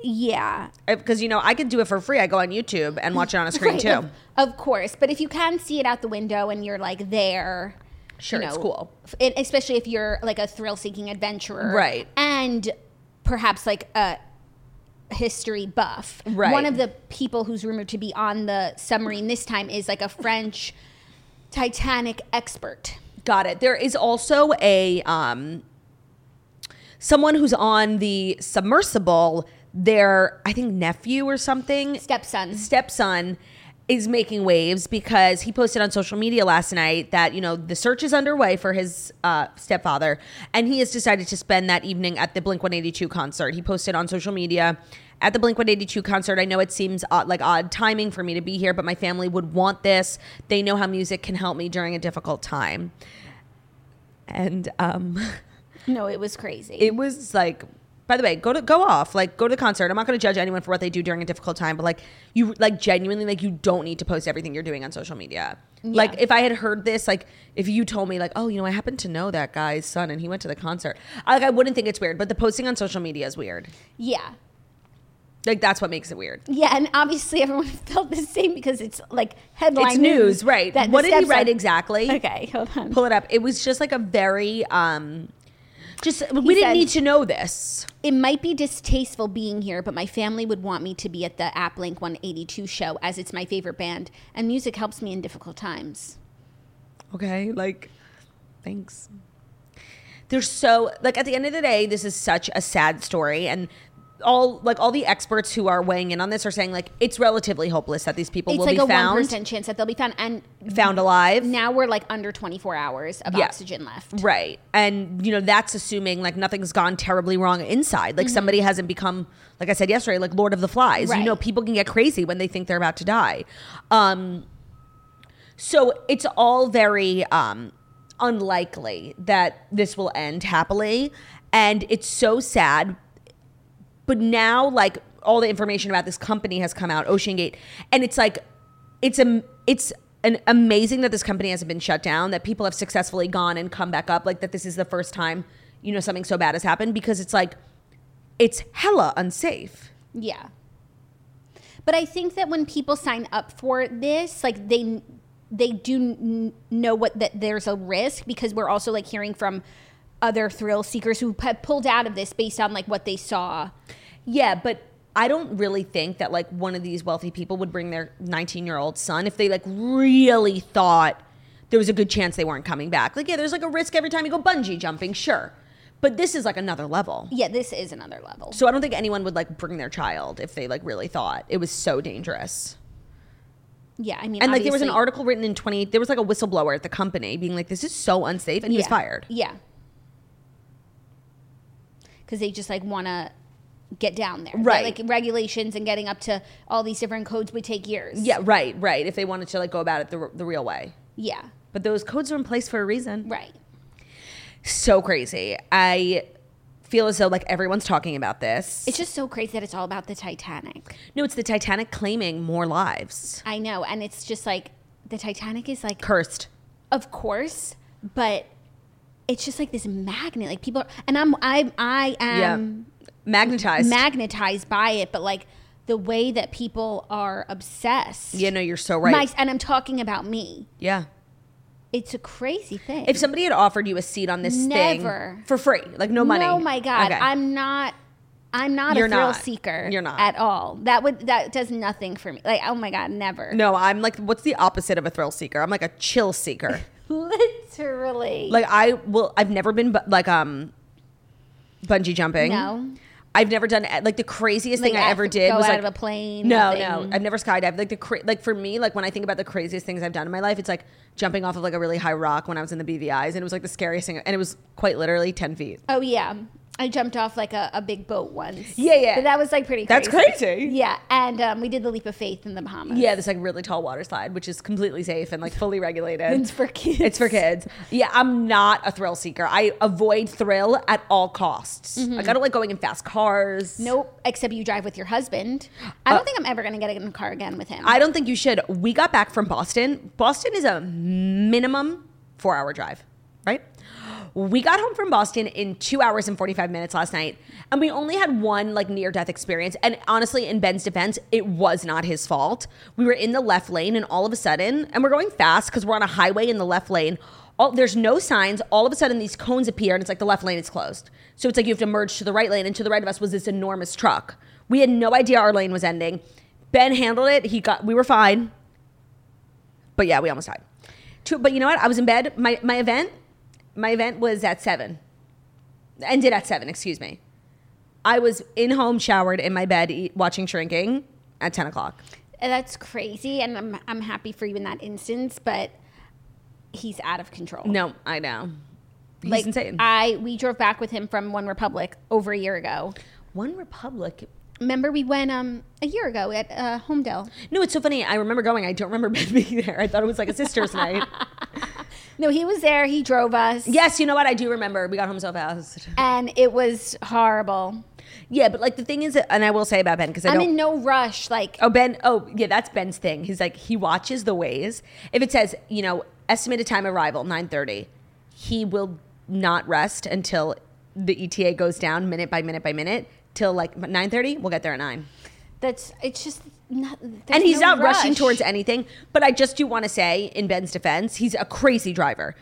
S2: Yeah.
S1: because you know I could do it for free. I go on YouTube and watch it on a screen
S2: Right,
S1: too.
S2: Of, of course, but if you can see it out the window and you're like there,
S1: Sure,
S2: you
S1: it's cool.
S2: f- and especially if you're like a thrill-seeking adventurer,
S1: Right.
S2: And perhaps like a history buff.
S1: Right.
S2: One of the people who's rumored to be on the submarine this time is like a French Titanic expert.
S1: Got it. There is also a um, someone who's on the submersible. Their I think nephew or something
S2: Stepson.
S1: stepson is making waves because he posted on social media last night that you know the search is underway for his uh, stepfather and he has decided to spend that evening at the blink 182 concert he posted on social media at the blink 182 concert i know it seems odd, like odd timing for me to be here but my family would want this they know how music can help me during a difficult time and um
S2: No, it was crazy.
S1: it was like by the way go to go off like go to the concert i'm not going to judge anyone for what they do during a difficult time but like you like genuinely like you don't need to post everything you're doing on social media like if i had heard this like if you told me like oh you know i happen to know that guy's son and he went to the concert I, like i wouldn't think it's weird but the posting on social media is weird
S2: yeah.
S1: like that's what makes it weird
S2: Yeah, and obviously everyone felt the same because it's like headline
S1: it's news right
S2: that the
S1: what did he
S2: stepson-
S1: write exactly
S2: Okay, hold on.
S1: pull it up it was just like a very um just we didn't
S2: said-
S1: need to know this
S2: It might be distasteful being here, but my family would want me to be at the App Link 182 show as it's my favorite band, and music helps me in difficult times.
S1: Okay, like, thanks. They're so like at the end of the day, this is such a sad story, and all like all the experts who are weighing in on this are saying like it's relatively hopeless that these people
S2: It's
S1: will
S2: like
S1: be
S2: a
S1: found
S2: 1% chance that they'll be found, and
S1: found alive.
S2: now we're like under 24 hours of
S1: Yeah.
S2: oxygen left.
S1: Right. And you know, that's assuming like nothing's gone terribly wrong inside.
S2: Mm-hmm.
S1: Like somebody hasn't become like I said yesterday, like Lord of the Flies. You know,
S2: Right.
S1: people can get crazy when they think they're about to die. Um so it's all very um unlikely that this will end happily and it's so sad but now like all the information about this company has come out oceangate and it's like it's a it's an amazing that this company hasn't been shut down that people have successfully gone and come back up like that this is the first time you know something so bad has happened because it's like it's hella unsafe
S2: Yeah. But I think that when people sign up for this, like they they do n- know what that there's a risk because we're also like hearing from other thrill seekers who have pulled out of this based on like what they saw.
S1: Yeah, but I don't really think that like one of these wealthy people would bring their 19 year old son if they like really thought there was a good chance they weren't coming back. Like, yeah, there's like a risk every time you go bungee jumping, sure. But this is like another level.
S2: Yeah, this is another level.
S1: So I don't think anyone would like bring their child if they like really thought it was so dangerous.
S2: yeah, I mean,
S1: And like there was an
S2: obviously-
S1: article written in 20, there was like a whistleblower at the company being like, this is so unsafe. And he was
S2: Yeah.
S1: fired.
S2: Yeah. Because they just like want to get down there. They're,
S1: Right.
S2: Like regulations and getting up to all these different codes would take years.
S1: Yeah, right, right. If they wanted to like go about it the, the real way.
S2: Yeah.
S1: But those codes are in place for a reason.
S2: Right.
S1: So crazy. I feel as though like everyone's talking about this.
S2: It's just so crazy that it's all about the Titanic.
S1: No, it's the Titanic claiming more lives.
S2: I know. And it's just like the Titanic is like,
S1: Cursed.
S2: of course, but it's just like this magnet. Like people are, and I'm, I, I am.
S1: Magnetized.
S2: magnetized by it, but like the way that people are obsessed.
S1: yeah, no, you're so right.
S2: My, and I'm talking about me.
S1: yeah.
S2: It's a crazy thing.
S1: If somebody had offered you a seat on this
S2: Never.
S1: thing for free, like no money.
S2: Oh my god,
S1: Okay.
S2: I'm not. I'm not
S1: You're
S2: a thrill
S1: not.
S2: seeker.
S1: You're not.
S2: at all. That would that does nothing for me. Like oh my god, never.
S1: no, I'm like, what's the opposite of a thrill seeker? I'm like a chill seeker.
S2: literally.
S1: like I will. I've never been bu- like um, bungee jumping.
S2: No.
S1: I've never done like the craziest
S2: Like,
S1: thing I
S2: I
S1: ever
S2: have to
S1: did
S2: go
S1: was
S2: out
S1: like
S2: of a plane,
S1: No,
S2: nothing.
S1: no, I've never skydived. Like the cra- like for me, like when I think about the craziest things I've done in my life, it's like jumping off of like a really high rock when I was in the BVI's, and it was like the scariest thing, and it was quite literally ten feet.
S2: oh yeah, I jumped off like a, a big boat once.
S1: Yeah, yeah.
S2: But that was like pretty.
S1: That's
S2: Crazy.
S1: crazy.
S2: Yeah, and um, we did the leap of faith in the Bahamas.
S1: Yeah, this like really tall water slide, which is completely safe and like fully regulated.
S2: It's for kids.
S1: It's for kids. Yeah, I'm not a thrill seeker. I avoid thrill at all costs.
S2: Mm-hmm.
S1: Like I don't like going in fast cars.
S2: Nope, except you drive with your husband. I
S1: Uh,
S2: don't think I'm ever going to get in a car again with him.
S1: I don't think you should. We got back from Boston. Boston is a minimum four hour drive, right? We got home from Boston in two hours and 45 minutes last night, and we only had one like near death experience. And honestly, in Ben's defense, it was not his fault. We were in the left lane, and all of a sudden, and we're going fast because we're on a highway in the left lane. All, there's no signs. All of a sudden, these cones appear, and it's like the left lane is closed. So it's like you have to merge to the right lane, and to the right of us was this enormous truck. We had no idea our lane was ending. Ben handled it. He got. We were fine. But yeah, we almost died. Two, but you know what? I was in bed. My my event, my event was at seven. Ended at seven. Excuse me. I was in home, showered in my bed, eat, watching Shrinking at ten o'clock.
S2: And That's crazy, and I'm I'm happy for you in that instance, but he's out of control.
S1: No, I know. He's
S2: like
S1: insane.
S2: I we drove back with him from One Republic over a year ago.
S1: One Republic.
S2: Remember we went um a year ago at uh, Homedale.
S1: No, it's so funny. I remember going. I don't remember Ben being there. I thought it was like a sister's night.
S2: No, he was there. He drove us,
S1: Yes, you know what? I do remember. We got home so fast.
S2: and it was horrible.
S1: Yeah, but like the thing is, that, and I will say about Ben because I
S2: I'm
S1: don't.
S2: in no rush. Like
S1: Oh, Ben. Oh, yeah, that's Ben's thing. He's like he watches the ways. If it says, you know, estimated time arrival 9:30, he will not rest until the ETA goes down minute by minute by minute till like 9:30. We'll get there at 9.
S2: that's it's just not.
S1: And he's
S2: no
S1: not rushing
S2: rush.
S1: towards anything, but I just do want to say in Ben's defense, he's a crazy driver.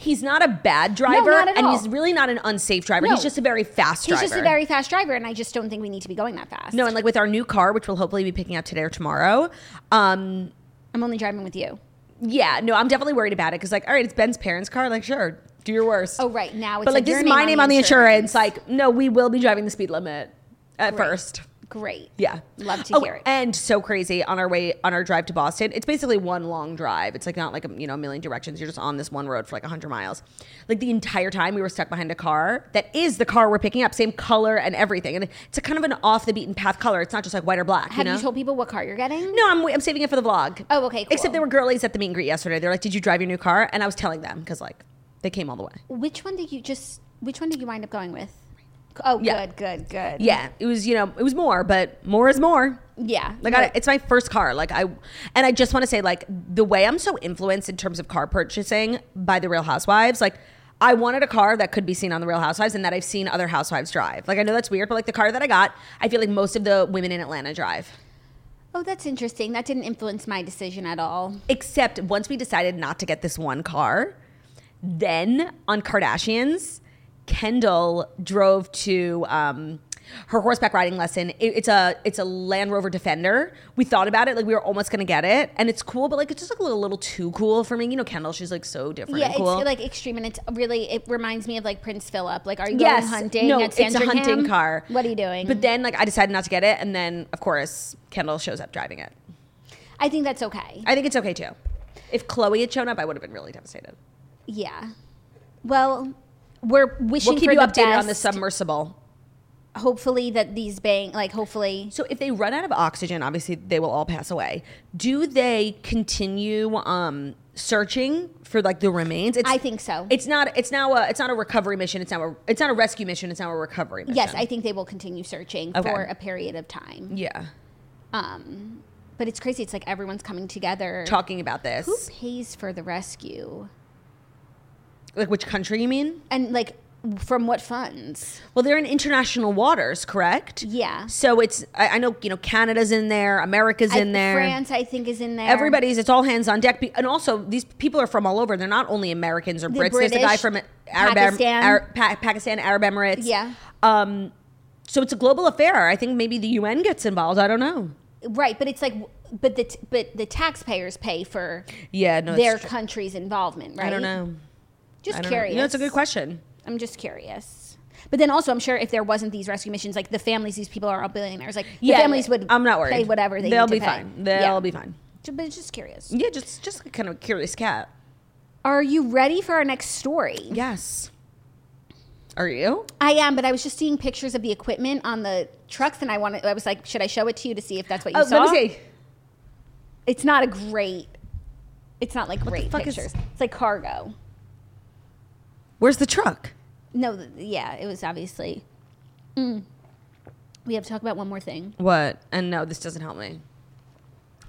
S1: He's not a bad driver
S2: not at
S1: and
S2: all.
S1: he's really not an unsafe driver.
S2: No.
S1: He's just a very fast
S2: He's
S1: driver.
S2: just a very fast driver, and I just don't think we need to be going that fast.
S1: No, and like with our new car, which we'll hopefully be picking up today or tomorrow, um
S2: I'm only driving with you.
S1: Yeah, no, I'm definitely worried about it because, like, all right, it's Ben's parents' car. Like, sure, do your worst.
S2: Oh, right now, it's
S1: but like,
S2: like
S1: this
S2: your
S1: is my name on the insurance.
S2: insurance.
S1: Like, no, we will be driving the speed limit at
S2: Great.
S1: first.
S2: Great.
S1: Yeah,
S2: Love to
S1: Oh,
S2: hear it.
S1: And so crazy on our way on our drive to Boston. It's basically one long drive. It's like not like a, you know a million directions. You're just on this one road for like hundred miles. Like the entire time we were stuck behind a car that is the car we're picking up, same color and everything. And it's a kind of an off the beaten path color. It's not just like white or black.
S2: Have
S1: you,
S2: you,
S1: know?
S2: told people what car you're getting?
S1: No, I'm, I'm saving it for the vlog.
S2: Oh, okay, cool.
S1: Except there were girlies at the meet and greet yesterday. They're like, "Did you drive your new car?" And I was telling them because like they came all the way.
S2: Which one did you just? Which one did you wind up going with? Oh,
S1: Yeah.
S2: good, good, good.
S1: Yeah, it was you know it was more, but more is more.
S2: yeah.
S1: Like I, it's my first car. Like I, and I just want to say like the way I'm so influenced in terms of car purchasing by the Real Housewives. Like I wanted a car that could be seen on the Real Housewives and that I've seen other housewives drive. Like I know that's weird, but like the car that I got, I feel like most of the women in Atlanta drive.
S2: Oh, that's interesting. That didn't influence my decision at all.
S1: Except once we decided not to get this one car, then on Kardashians, Kendall drove to um, her horseback riding lesson. It- it's a it's a Land Rover Defender. We thought about it, like we were almost gonna get it, and it's cool, but like it's just like a little, little too cool for me. You know, Kendall, she's like so different.
S2: Yeah,
S1: and cool.
S2: it's like extreme, and it's really it reminds me of like Prince Philip. Like, are you
S1: yes,
S2: going hunting?
S1: no, it's
S2: at
S1: a
S2: Sandringham?
S1: hunting car.
S2: What are you doing?
S1: But then, like, I decided not to get it, and then of course Kendall shows up driving it.
S2: I think that's okay.
S1: I think it's okay too. If Chloe had shown up, I would have been really devastated.
S2: Yeah. Well, we're wishing
S1: We'll keep
S2: for
S1: you
S2: the
S1: updated
S2: best.
S1: on the submersible.
S2: hopefully that these bang like hopefully
S1: So if they run out of oxygen, obviously they will all pass away. Do they continue um, searching for like the remains? It's,
S2: I think so.
S1: It's not. It's now a. It's not a recovery mission. It's now a. It's not a rescue mission. It's now a recovery mission.
S2: yes, I think they will continue searching
S1: Okay.
S2: for a period of time.
S1: yeah.
S2: Um, but it's crazy. It's like everyone's coming together.
S1: Talking about this,
S2: Who pays for the rescue?
S1: like which country you mean?
S2: And like from what funds?
S1: Well, they're in international waters, correct?
S2: Yeah.
S1: So it's. I, I know. You know, Canada's in there. America's
S2: I-
S1: in there.
S2: France, I think, is in there.
S1: Everybody's, it's all hands on deck. Be- And also, these people are from all over. They're not only Americans or
S2: The
S1: Brits. There's a guy
S2: British,
S1: from Arab,
S2: Pakistan.
S1: Arab, Pa- Pakistan, Arab Emirates.
S2: Yeah.
S1: Um, so it's a global affair. I think maybe the UN gets involved. I don't know.
S2: right, but it's like, but the t- but the taxpayers pay for
S1: Yeah, no, it's
S2: their
S1: tr-
S2: country's involvement, right?
S1: I don't know.
S2: Just
S1: I don't know.
S2: curious.
S1: You know, it's a good question.
S2: I'm just curious. But then also, I'm sure if there wasn't these rescue missions, like the families, these people are all billionaires. Like the families would.
S1: I'm not worried.
S2: Pay whatever they.
S1: will
S2: need
S1: be
S2: to pay.
S1: fine. They'll
S2: Yeah.
S1: be fine.
S2: Ju- But it's just curious.
S1: Yeah, just just like kind of a curious cat.
S2: Are you ready for our next story?
S1: Yes. Are you?
S2: I am, but I was just seeing pictures of the equipment on the trucks, and I wanted. I was like, should I show it to you to see if that's what you
S1: Oh,
S2: saw?
S1: let me see.
S2: It's not a great. It's not like great
S1: fuck is-
S2: pictures. it's like cargo.
S1: Where's the truck?
S2: No, th- yeah, it was obviously. Mm. We have to talk about one more thing.
S1: What? And no, this doesn't help me.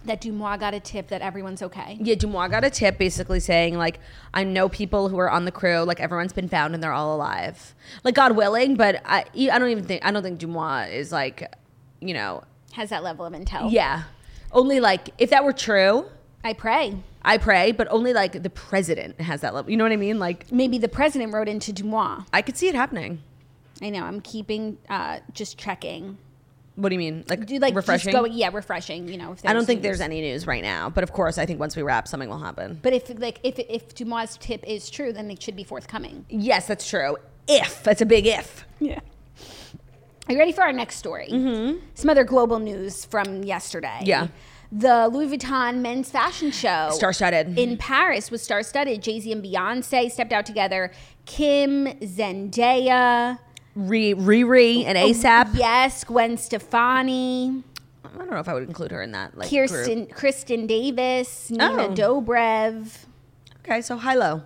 S2: That Dumois got a tip that everyone's okay.
S1: Yeah, Dumois got a tip basically saying, like, I know people who are on the crew, like, everyone's been found and they're all alive. Like, God willing, but I, e, I don't even think, I don't think Dumois is like, you know,
S2: Has that level of intel?
S1: yeah. Only like, if that were true,
S2: I pray.
S1: I pray, but only like the president has that level. You know what I mean? Like,
S2: maybe the president wrote into Dumois.
S1: I could see it happening.
S2: I know. I'm keeping uh, just checking.
S1: What do you mean? Like,
S2: Do like
S1: refreshing?
S2: Just going, yeah, refreshing. You know, if
S1: I don't think
S2: news.
S1: there's any news right now, but of course, I think once we wrap, something will happen.
S2: But if like if if Dumois' tip is true, then it should be forthcoming.
S1: Yes, that's true. If, that's a big if.
S2: Yeah. Are you ready for our next story? Mm-hmm. Some other global news from yesterday.
S1: Yeah.
S2: The Louis Vuitton men's fashion show.
S1: Star studded.
S2: Oh. in Paris was star studded. Jay Z and Beyonce stepped out together. Kim, Zendaya,
S1: Re,
S2: Oh,
S1: Riri, and ASAP.
S2: yes, Gwen Stefani.
S1: I don't know if I would include her in that. Like group.
S2: Kirsten, Kristen Davis, Nina
S1: Oh.
S2: Dobrev.
S1: Okay, so high low,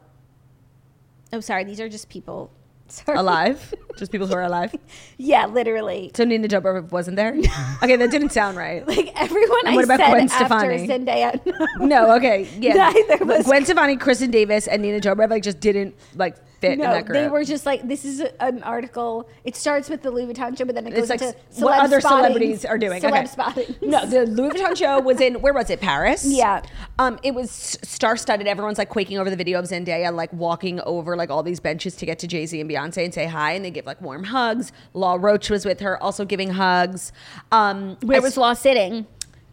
S2: Oh, sorry, these are just people. Sorry.
S1: alive, just people who are alive.
S2: Yeah, literally.
S1: So Nina Dobrev wasn't there. Okay, that didn't sound right.
S2: Like everyone.
S1: And
S2: I
S1: what about
S2: said
S1: Gwen
S2: after
S1: Stefani?
S2: Zendaya.
S1: No, okay, yeah.
S2: Neither was-
S1: Gwen Stefani, Kristen Davis, and Nina Dobrev like just didn't like fit in
S2: No,
S1: that group.
S2: they were just like this is a, an article. It starts with the Louis Vuitton show, but then it
S1: It's
S2: goes
S1: like
S2: into
S1: s- what
S2: celeb
S1: other
S2: spottings.
S1: celebrities are doing.
S2: Celeb
S1: okay.
S2: spotting.
S1: No, the Louis Vuitton show was in where was it? Paris.
S2: Yeah.
S1: Um, it was star studded. Everyone's like quaking over the video of Zendaya like walking over like all these benches to get to Jay Z and Beyonce and say hi, and they give like warm hugs. Law Roach was with her, also giving hugs. Um,
S2: Where
S1: I
S2: was Law sitting?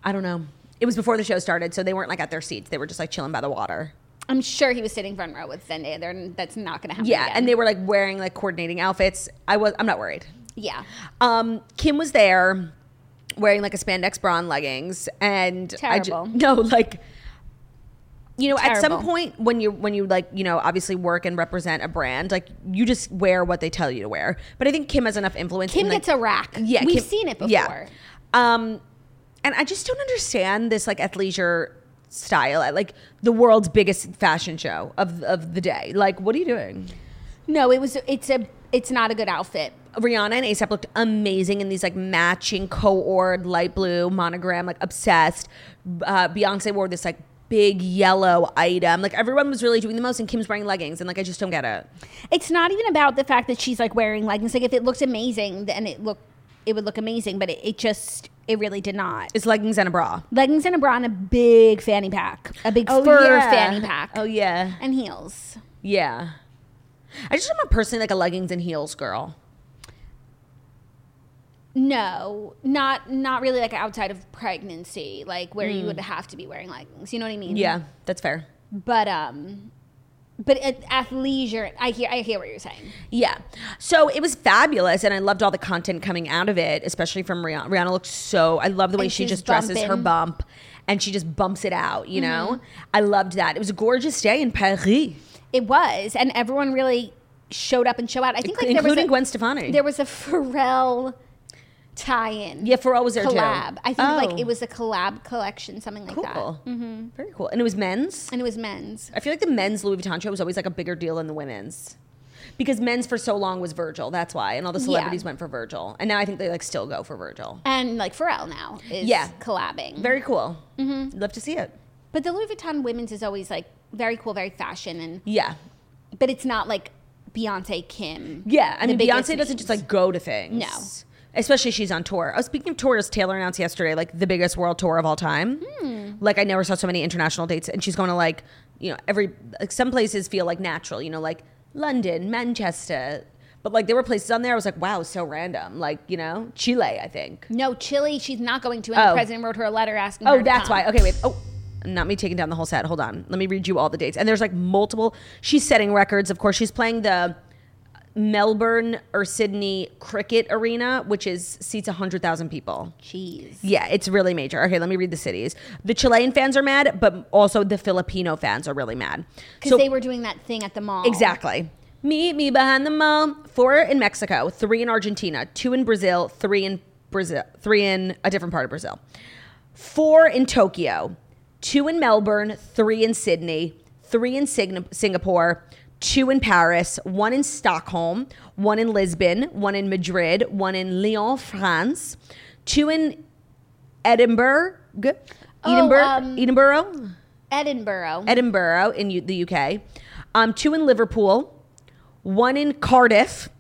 S1: I don't know. It was before the show started, so they weren't like at their seats. They were just like chilling by the water.
S2: I'm sure he was sitting front row with Zendaya. There, and that's not going to happen.
S1: Yeah,
S2: again.
S1: and they were like wearing like coordinating outfits. I was I'm not worried.
S2: yeah.
S1: Um Kim was there wearing like a spandex bra and leggings and I ju-
S2: Terrible.
S1: no, like you know, at some
S2: Terrible.
S1: point when you when you like, you know, obviously work and represent a brand, like you just wear what they tell you to wear. But I think Kim has enough influence.
S2: Kim
S1: and, like-
S2: gets a rack.
S1: Yeah,
S2: we've
S1: Kim-
S2: seen it before.
S1: yeah. Um, and I just don't understand this like athleisure style at like the world's biggest fashion show of of the day. Like, what are you doing?
S2: No, it was. It's a. It's not a good outfit.
S1: Rihanna and ASAP looked amazing in these like matching co-ord light blue monogram, like obsessed. Uh, Beyonce wore this like big yellow item. Like everyone was really doing the most, and Kim's wearing leggings, and like I just don't get it.
S2: It's not even about the fact that she's like wearing leggings. Like if it looked amazing, then it look it would look amazing. But it, it just It really did not.
S1: It's leggings and a bra.
S2: Leggings and a bra and a big fanny pack, a big fur fanny pack,
S1: Oh yeah.
S2: and heels.
S1: Yeah. I just remember personally like a leggings and heels girl.
S2: No, not not really like outside of pregnancy, like where you would have to be wearing leggings. You know what I mean?
S1: Mm. Yeah, that's fair.
S2: But um, but at athleisure, I hear I hear what you're saying.
S1: Yeah. So it was fabulous and I loved all the content coming out of it, especially from Rihanna. Rihanna looked so I love the way
S2: And
S1: she
S2: she's
S1: just dresses her
S2: bumping. Mm-hmm.
S1: bump and she just bumps it out, you know? I loved that. It was a gorgeous day in Paris.
S2: It was, and everyone really showed up and show out. I think like
S1: including
S2: there
S1: Gwen
S2: was
S1: Stefani.
S2: a, there was a Pharrell tie-in.
S1: yeah, Pharrell was there
S2: collab.
S1: too.
S2: I think
S1: Oh,
S2: like it was a collab collection, something like
S1: cool.
S2: that, Mm-hmm.
S1: Very cool. And it was men's.
S2: and it was men's.
S1: I feel like the men's Louis Vuitton show was always like a bigger deal than the women's. Because men's for so long was Virgil, that's why. And all the
S2: Yeah.
S1: celebrities went for Virgil. And now I think they like still go for Virgil.
S2: And like Pharrell now is
S1: Yeah.
S2: collabing.
S1: Very cool. Mm-hmm. Love to see it.
S2: But the Louis Vuitton women's is always like very cool, very fashion, and
S1: Yeah.
S2: but it's not like Beyonce, Kim.
S1: Yeah. I
S2: the
S1: mean, Beyonce
S2: biggest
S1: doesn't just
S2: names.
S1: like go to things.
S2: No.
S1: Especially she's on tour. Oh, speaking of tours, Taylor announced yesterday like the biggest world tour of all time.
S2: Hmm.
S1: Like I never saw so many international dates, and she's going to like you know every like some places feel like natural, you know, like London, Manchester, but like there were places on there I was like, wow, so random. Like you know, Chile, I think.
S2: No, Chile, she's not going to. And
S1: Oh.
S2: the president wrote her a letter asking. her
S1: Oh,
S2: to
S1: that's
S2: come.
S1: why. Okay, wait. Oh, not me taking down the whole set. Hold on. Let me read you all the dates. And there's like multiple. She's setting records. Of course, she's playing the Melbourne or Sydney Cricket Arena, which is seats 100,000 people.
S2: Jeez.
S1: Yeah, it's really major. Okay, let me read the cities. The Chilean fans are mad, but also the Filipino fans are really mad.
S2: Because they were doing that thing at the mall.
S1: Exactly. Meet me behind the mall. Four in Mexico, three in Argentina, two in Brazil, three in Brazil, three in a different part of Brazil, four in Tokyo, two in Melbourne, three in Sydney, three in Sign- Singapore, two in Paris, one in Stockholm, one in Lisbon, one in Madrid, one in Lyon, France, two in Edinburgh,
S2: Oh,
S1: Edinburgh,
S2: um,
S1: Edinburgh,
S2: Edinburgh.
S1: Edinburgh in U- the UK, um, two in Liverpool, one in Cardiff,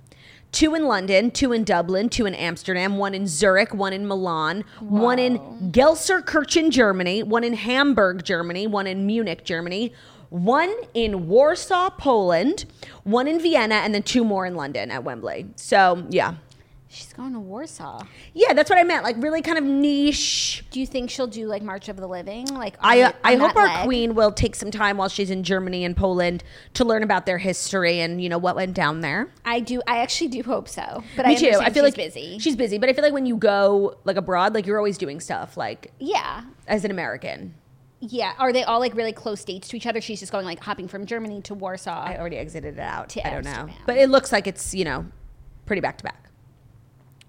S1: two in London, two in Dublin, two in Amsterdam, one in Zurich, one in Milan, one in Gelsenkirchen, Germany, one in Hamburg, Germany, one in Munich, Germany, one in Warsaw, Poland, one in Vienna, and then two more in London at Wembley. So, yeah.
S2: she's going to Warsaw.
S1: Yeah, that's what I meant. Like, really kind of niche.
S2: Do you think she'll do like March of the Living? Like on
S1: I
S2: the-
S1: I
S2: on
S1: hope
S2: that
S1: our
S2: leg?
S1: queen will take some time while she's in Germany and Poland to learn about their history and you know what went down there.
S2: I do. I actually do hope so. But I
S1: Me too. I feel like
S2: she's busy.
S1: She's busy, but I feel like when you go like abroad, like you're always doing stuff like
S2: yeah.
S1: as an American.
S2: Yeah. Are they all like really close dates to each other? She's just going like hopping from Germany to Warsaw.
S1: I already exited it out.
S2: To
S1: I don't know,
S2: Amsterdam.
S1: but it looks like it's you know pretty back to back.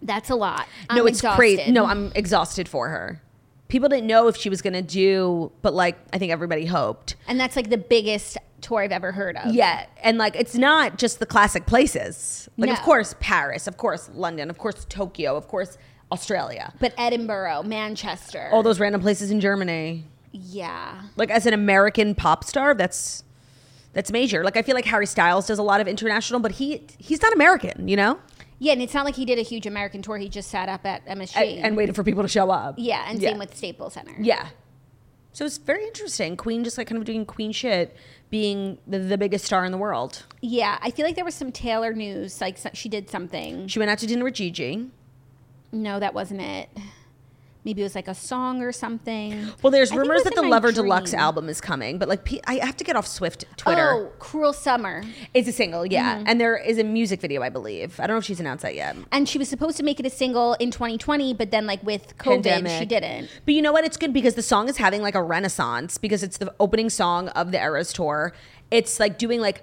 S2: That's a lot.
S1: No,
S2: I'm
S1: it's crazy.
S2: exhausted.
S1: No, I'm exhausted for her. People didn't know if she was gonna do, but like I think everybody hoped.
S2: and that's like the biggest tour I've ever heard of.
S1: Yeah, and like it's not just the classic places. Like of
S2: No.
S1: course Paris, of course London, of course Tokyo, of course Australia.
S2: But Edinburgh, Manchester.
S1: All those random places in Germany.
S2: yeah.
S1: Like as an American pop star, that's that's major. Like I feel like Harry Styles does a lot of international, but he he's not American, you know?
S2: Yeah, and it's not like he did a huge American tour. He just sat up at MSG.
S1: And, and waited for people to show up.
S2: yeah, and same with Staples Center.
S1: Yeah. So it's very interesting. Queen just like kind of doing queen shit, being the, the biggest star in the world.
S2: Yeah, I feel like there was some Taylor news. Like so- she did something.
S1: She went out to dinner with Gigi.
S2: No, that wasn't it. Maybe it was like a song or something.
S1: Well, there's
S2: I think it
S1: rumors
S2: was
S1: that
S2: in
S1: the
S2: my
S1: Lover Deluxe
S2: dream.
S1: album is coming, but like pe- I have to get off Swift Twitter.
S2: Oh, Mm-hmm. Cruel Summer.
S1: It's a single, yeah, and there is a music video, I believe. I don't know if she's announced that yet.
S2: And she was supposed to make it a single in 2020, but then like with COVID, she
S1: Pandemic.
S2: didn't.
S1: But you know what? It's good because the song is having like a renaissance because it's the opening song of the Eras tour. It's like doing like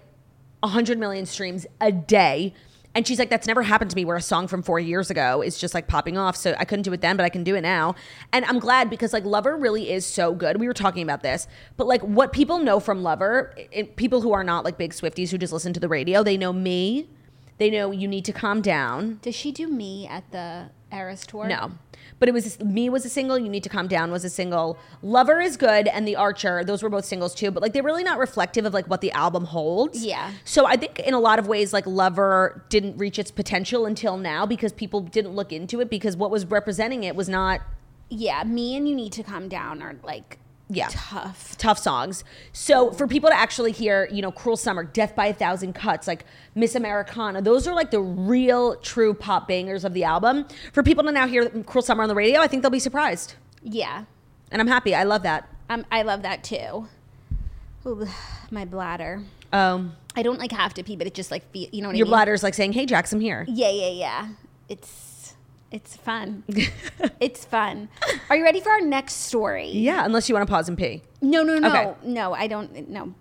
S1: 100 million streams a day. And she's like, that's never happened to me where a song from four years ago is just like popping off. So I couldn't do it then, but I can do it now. And I'm glad because like Lover really is so good. We were talking about this, but like what people know from Lover, it, people who are not like big Swifties who just listen to the radio, they know me. They know you need to calm down.
S2: Does she do me at the Eras tour?
S1: No. But it was me was a single, You Need to Calm Down was a single. Lover is good and The Archer, those were both singles too, but like they're really not reflective of like what the album holds.
S2: Yeah.
S1: So I think in a lot of ways like Lover didn't reach its potential until now because people didn't look into it because what was representing it was not
S2: yeah, me and you need to calm down are like
S1: Yeah.
S2: tough.
S1: tough songs. So for people to actually hear, you know, Cruel Summer, Death by a Thousand Cuts, like Miss Americana, those are like the real true pop bangers of the album. For people to now hear Cruel Summer on the radio, I think they'll be surprised.
S2: Yeah,
S1: And I'm happy. I love that.
S2: um, I love that too. Ooh, my bladder.
S1: Um,
S2: I don't like have to pee, but it just like feel. You know what
S1: your
S2: I mean?
S1: bladder's like saying, "Hey, Jax, I'm here."
S2: Yeah, yeah, yeah. It's it's fun. it's fun. Are you ready for our next story?
S1: Yeah, unless you want to pause and pee.
S2: No, no, no,
S1: Okay.
S2: no. I don't. No.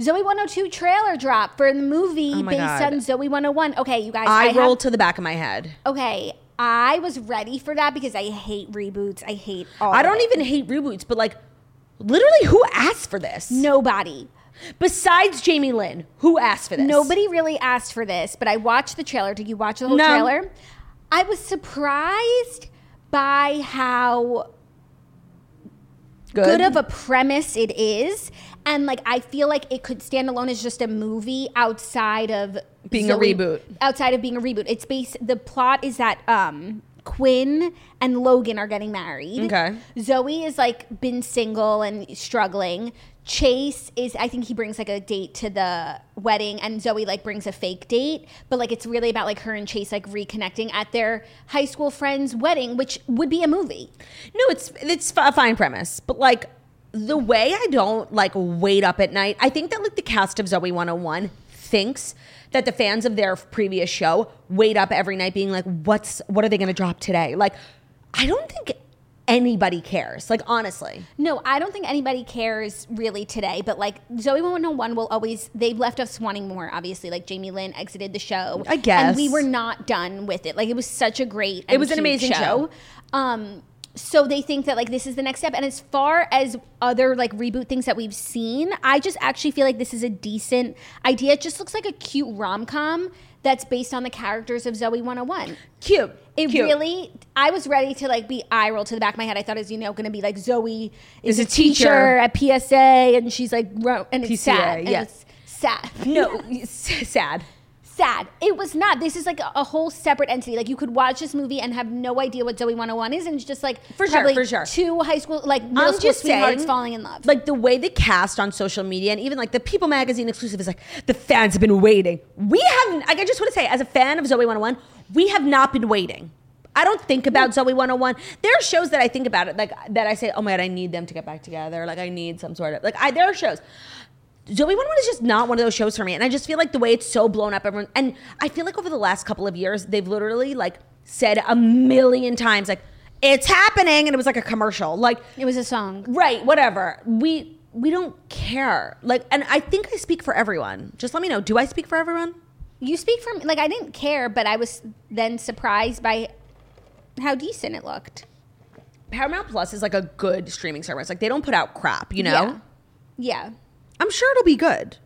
S2: Zoe 102 trailer drop for the movie
S1: Oh my
S2: based
S1: God.
S2: on Zoe 101. Okay, you guys.
S1: I,
S2: have-
S1: rolled to the back of my head.
S2: okay, I was ready for that because I hate reboots. I hate all.
S1: I
S2: of
S1: don't
S2: it.
S1: even hate reboots, but like, literally, who asked for this?
S2: Nobody.
S1: Besides Jamie Lynn, who asked for this?
S2: Nobody really asked for this, but I watched the trailer. Did you watch the whole
S1: No.
S2: trailer? I was surprised by how good of a premise it is. And like I feel like it could stand alone as just a movie outside of
S1: Being a reboot.
S2: Outside of being a reboot. It's based the plot is that um Quinn and Logan are getting married.
S1: Okay.
S2: Zoe is like been single and struggling. Chase is I think he brings like a date to the wedding and Zoe like brings a fake date, but like it's really about like her and Chase like reconnecting at their high school friend's wedding, which would be a movie.
S1: No, it's it's a fine premise, but like the way I don't like wait up at night. I think that like the cast of Zoe 101 thinks that the fans of their previous show wait up every night being like what's what are they going to drop today? Like I don't think anybody cares. Like honestly.
S2: No, I don't think anybody cares really today, but like Zoe 101 will always, they've left us wanting more, obviously. Like Jamie Lynn exited the show.
S1: I guess.
S2: And we were not done with it. Like it was such a great,
S1: It was an
S2: cute
S1: amazing show.
S2: Um, so they think that like this is the next step. And as far as other like reboot things that we've seen, I just actually feel like this is a decent idea. It just looks like a cute rom com that's based on the characters of Zoe 101.
S1: Cute.
S2: It
S1: Cute.
S2: really, I was ready to like be eye roll to the back of my head. I thought, as you know, going to be like Zoe
S1: Is
S2: is
S1: a
S2: a, teacher.
S1: teacher.
S2: at PSA, and she's like, ro- and it's
S1: PCA,
S2: sad. and
S1: yeah.
S2: it's sad.
S1: No, s- sad.
S2: sad. It was not. This is like a, a whole separate entity. Like you could watch this movie and have no idea what Zoe 101 is, and it's just like
S1: For sure,
S2: probably
S1: for sure.
S2: two high school like middle
S1: I'm
S2: school
S1: just
S2: sweethearts
S1: saying,
S2: falling in love.
S1: Like the way the cast on social media and even like the People Magazine exclusive is like the fans have been waiting. We haven't. Like I just want to say, as a fan of Zoe 101, we have not been waiting. I don't think
S2: Hmm.
S1: about Zoe 101. There are shows that I think about it, like that I say, oh my god, I need them to get back together. Like I need some sort of like I. There are shows. Zoe 101 is just not one of those shows for me. And I just feel like the way it's so blown up, everyone. And I feel like over the last couple of years, they've literally like said a million times, like, it's happening. And it was like a commercial. Like,
S2: it was a song.
S1: right whatever we we don't care like and i think i speak for everyone just let me know do i speak for everyone
S2: You speak from like I didn't care, but I was then surprised by how decent it looked.
S1: paramount plus is like a good streaming service like they don't put out crap you know
S2: Yeah. Yeah.
S1: i'm sure it'll be good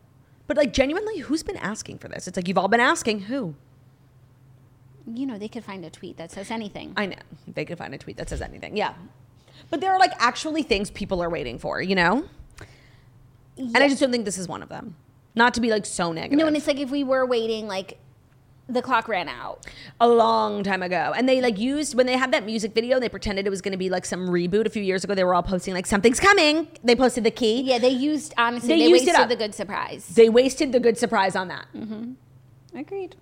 S1: but like genuinely who's been asking for this it's like you've all been asking who
S2: You know, they could find a tweet that says anything.
S1: i know they could find a tweet that says anything yeah but there are like actually things people are waiting for you know and i just don't think this is one of them not to be like so negative
S2: No, and it's like if we were waiting, like the clock ran out.
S1: a long time ago. And they like used when they had that music video, they pretended it was going to be like some reboot a few years ago. They were all posting like something's coming. They posted the key.
S2: Yeah, they used honestly.
S1: They
S2: They,
S1: used it
S2: wasted
S1: up.
S2: the good surprise.
S1: They wasted the good surprise on that.
S2: Mm-hmm. Agreed.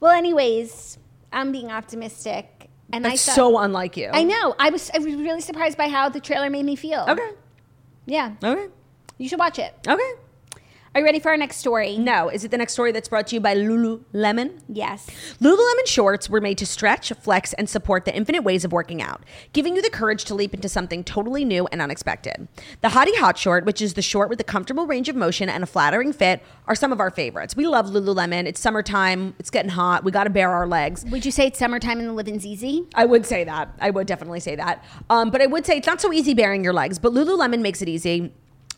S2: Well, anyways, I'm being optimistic, and
S1: That's
S2: I thought,
S1: so unlike you.
S2: I know. I was I was really surprised by how the trailer made me feel.
S1: Okay.
S2: Yeah,
S1: Okay.
S2: you should watch it.
S1: Okay.
S2: Are you ready for our next story?
S1: Now, is it the next story that's brought to you by Lululemon?
S2: Yes.
S1: Lululemon shorts were made to stretch, flex, and support the infinite ways of working out, giving you the courage to leap into something totally new and unexpected. The Hottie Hot Short, which is the short with a comfortable range of motion and a flattering fit, are some of our favorites. We love Lululemon. It's summertime. It's getting hot. We got to bare our legs.
S2: Would you say it's summertime and the living's easy?
S1: I would say that. I would definitely say that. Um, but I would say it's not so easy bearing your legs, but Lululemon makes it easy.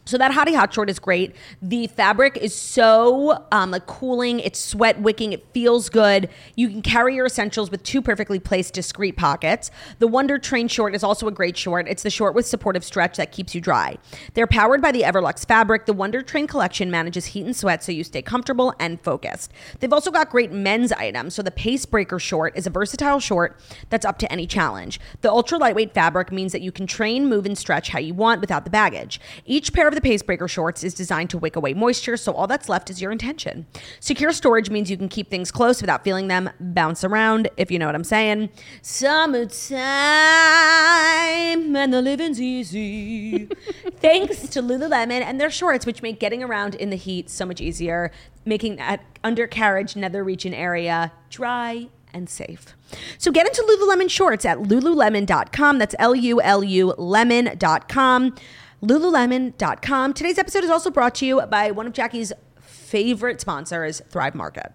S1: So that hottie hot short is great. The fabric is so um, like cooling. It's sweat wicking. It feels good. You can carry your essentials with two perfectly placed discreet pockets. The Wonder Train short is also a great short. It's the short with supportive stretch that keeps you dry. They're powered by the Everlux fabric. The Wonder Train collection manages heat and sweat so you stay comfortable and focused. They've also got great men's items. So the Pace Breaker short is a versatile short that's up to any challenge. The ultra lightweight fabric means that you can train, move, and stretch how you want without the baggage. Each pair of the Pace Breaker shorts is designed to wick away moisture, so all that's left is your intention. Secure storage means you can keep things close without feeling them bounce around, if you know what I'm saying. Summertime and the living's easy. Thanks to Lululemon and their shorts, which make getting around in the heat so much easier, making that undercarriage, nether region area dry and safe. So get into Lululemon shorts at lululemon.com. That's L U L U lemon.com. Lululemon.com. Today's episode is also brought to you by one of Jackie's favorite sponsors, Thrive Market.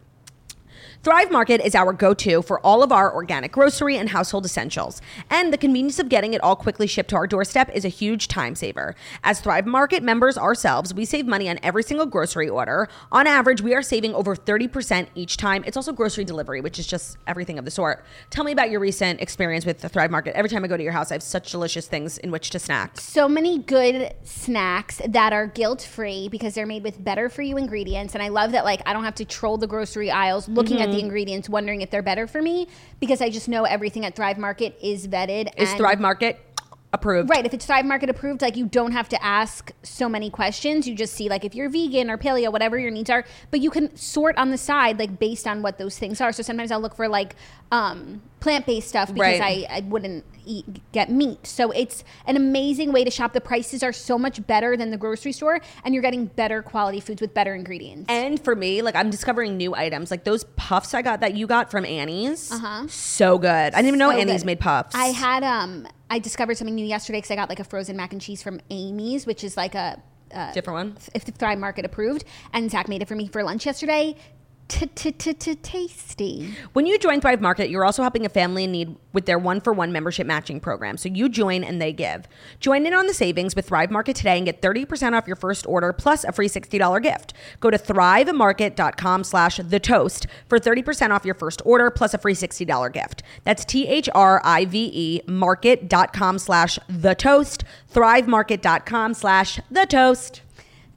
S1: Thrive Market is our go to for all of our organic grocery and household essentials. And the convenience of getting it all quickly shipped to our doorstep is a huge time saver. As Thrive Market members ourselves, we save money on every single grocery order. On average, we are saving over 30% each time. It's also grocery delivery, which is just everything of the sort. Tell me about your recent experience with the Thrive Market. Every time I go to your house, I have such delicious things in which to snack.
S2: so many good snacks that are guilt free because they're made with better for you ingredients. And I love that, like, I don't have to troll the grocery aisles looking
S1: Mm-hmm.
S2: at the ingredients, wondering if they're better for me because I just know everything at Thrive Market is vetted.
S1: Is
S2: and-
S1: Thrive Market approved?
S2: Right. If it's Thrive Market approved, like you don't have to ask so many questions. You just see like if you're vegan or paleo, whatever your needs are, but you can sort on the side like based on what those things are. So sometimes I'll look for like um, plant based stuff because
S1: Right.
S2: I, I wouldn't eat, get meat. So it's an amazing way to shop. The prices are so much better than the grocery store, and you're getting better quality foods with better ingredients.
S1: And for me, like I'm discovering new items. Like those puffs I got that you got from Annie's. Uh-huh. So good. I didn't even know
S2: so
S1: Annie's
S2: good.
S1: made puffs.
S2: I had um I discovered something new yesterday because I got like a frozen mac and cheese from Amy's, which is like a
S1: different one.
S2: if the Thrive Market approved, and Zach made it for me for lunch yesterday. Tasty.
S1: When you join Thrive Market, you're also helping a family in need with their one for one membership matching program. So you join and they give. Join in on the savings with Thrive Market today and get 30% off your first order plus a free $60 gift. Go to thrivemarket.com slash the toast for 30% off your first order plus a free $60 gift. That's T H R I V E market.com slash the toast. Thrivemarket.com slash the toast.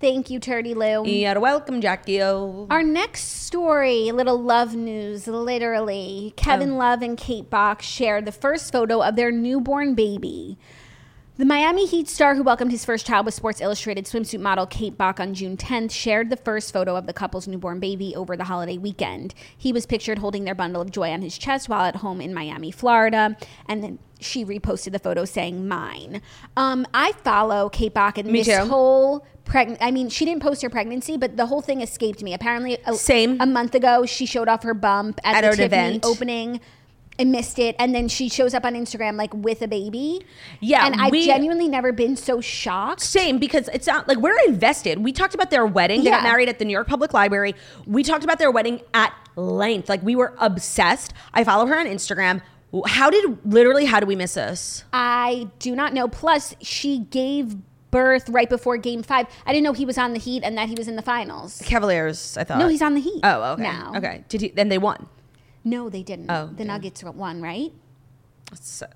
S2: Thank you, Turdy Lou.
S1: You're welcome, Jackie. O.
S2: Our next story, a little love news, literally. Kevin Love and Kate Box shared the first photo of their newborn baby. The Miami Heat star who welcomed his first child with Sports Illustrated swimsuit model Kate Bach on June 10th shared the first photo of the couple's newborn baby over the holiday weekend. He was pictured holding their bundle of joy on his chest while at home in Miami, Florida, and then she reposted the photo saying "mine." Um, I follow Kate Bach and this
S1: too.
S2: whole pregnant. I mean, she didn't post her pregnancy, but the whole thing escaped me. Apparently, a,
S1: Same.
S2: a month ago, she showed off her bump at,
S1: At
S2: the
S1: an
S2: Tiffany
S1: event.
S2: opening. I missed it, and then she shows up on Instagram like with a baby.
S1: Yeah,
S2: and I've
S1: we-
S2: genuinely never been so shocked.
S1: Same because it's not like we're invested. We talked about their wedding. They got
S2: Yeah.
S1: married at the New York Public Library. We talked about their wedding at length. Like we were obsessed. I follow her on Instagram. How did literally how did we miss this?
S2: I do not know. Plus, she gave birth right before Game Five. I didn't know he was on the Heat and that he was in the finals.
S1: Cavaliers, I thought.
S2: No, he's on the Heat.
S1: Uh, Oh, okay.
S2: Now,
S1: Okay. Did he then they won.
S2: No, they didn't.
S1: Oh,
S2: the
S1: yeah.
S2: Nuggets won, right?
S1: So,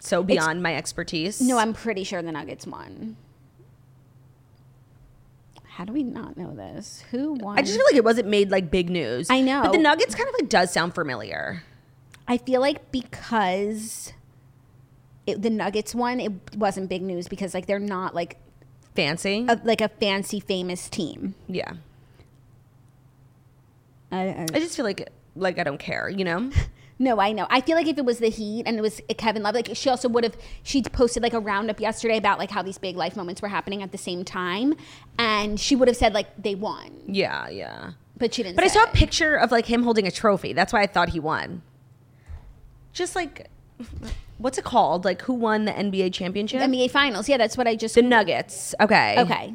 S1: so beyond my expertise.
S2: No, I'm pretty sure the Nuggets won. How do we not know this? Who won?
S1: I just feel like it wasn't made like big news.
S2: I know.
S1: But the Nuggets kind of like does sound familiar.
S2: I feel like because it, the Nuggets won, it wasn't big news because like they're not like
S1: Fancy.
S2: a, like a fancy famous team.
S1: yeah.
S2: I, I,
S1: I just feel like like I don't care, you know?
S2: no, I know. I feel like if it was the Heat and it was Kevin Love, like she also would have. She posted like a roundup yesterday about like how these big life moments were happening at the same time, and she would have said like they won,
S1: Yeah, yeah.
S2: but she didn't.
S1: But I
S2: say
S1: saw a
S2: it.
S1: picture of like him holding a trophy. That's why I thought he won. Just like, what's it called? Like who won the NBA championship?
S2: NBA Finals. Yeah, that's what I just.
S1: the Nuggets. Okay.
S2: okay,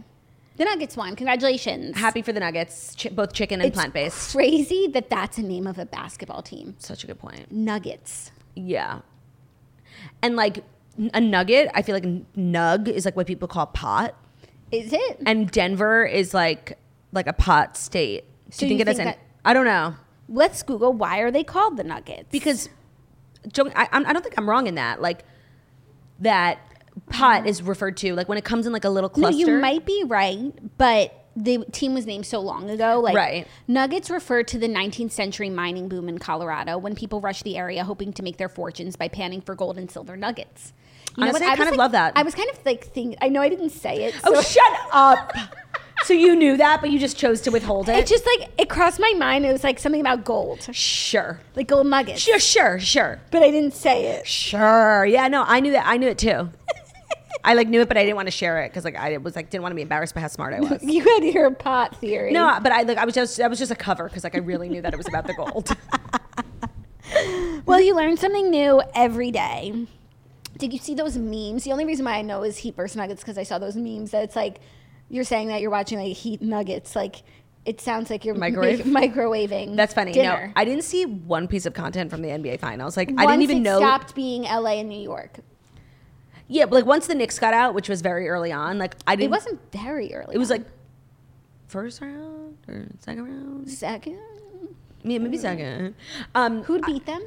S2: the Nuggets won. Congratulations.
S1: Happy for the Nuggets, ch- both chicken and
S2: It's
S1: plant based.
S2: Crazy that that's a name of a basketball team.
S1: Such a good point.
S2: Nuggets.
S1: Yeah. And like n- a nugget, I feel like n- nug is like what people call pot.
S2: Is it?
S1: and Denver is like like a pot state.
S2: So
S1: Do you think
S2: you
S1: it has
S2: think
S1: an-
S2: that-
S1: I don't know
S2: Let's Google why are they called the Nuggets?
S1: because Jo- I, I'm- I don't think I'm wrong in that. Like that pot is referred to like when it comes in like a little
S2: no,
S1: cluster.
S2: you might be right, but the team was named so long ago. Like
S1: Right.
S2: Nuggets refer to the 19th century mining boom in Colorado when people rushed the area hoping to make their fortunes by panning for gold and silver nuggets. You
S1: Honestly,
S2: what?
S1: I
S2: was
S1: kind of
S2: like-
S1: love that.
S2: I was kind of like thinking. I know I didn't say it.
S1: Oh,
S2: so-
S1: shut up. so you knew that, but you just chose to withhold it.
S2: It just like it crossed my mind. It was like something about gold,
S1: sure,
S2: like gold nuggets.
S1: sure, sure, sure,
S2: But I didn't say it.
S1: sure. Yeah, no, I knew that. I knew it too. I like knew it, but I didn't want to share it because like I was like didn't want to be embarrassed by how smart I was.
S2: You had your pot theory.
S1: No, but I like I was just that was just a cover because like I really knew that it was about the gold.
S2: Well, you learn something new every day. Did you see those memes? The only reason why I know is Heat versus Nuggets because I saw those memes that it's like you're saying that you're watching like Heat Nuggets. Like it sounds like you're
S1: Microwave?
S2: make- microwaving.
S1: That's funny.
S2: Dinner.
S1: No, I didn't see one piece of content from the NBA Finals. Like I
S2: Once
S1: didn't even
S2: it
S1: know.
S2: stopped being LA and New York.
S1: Yeah, but like once the Knicks got out, which was very early on. Like I didn't.
S2: It wasn't very early.
S1: It was
S2: on.
S1: like first round or second round.
S2: second.
S1: Yeah, maybe second. Um,
S2: Who'd beat them?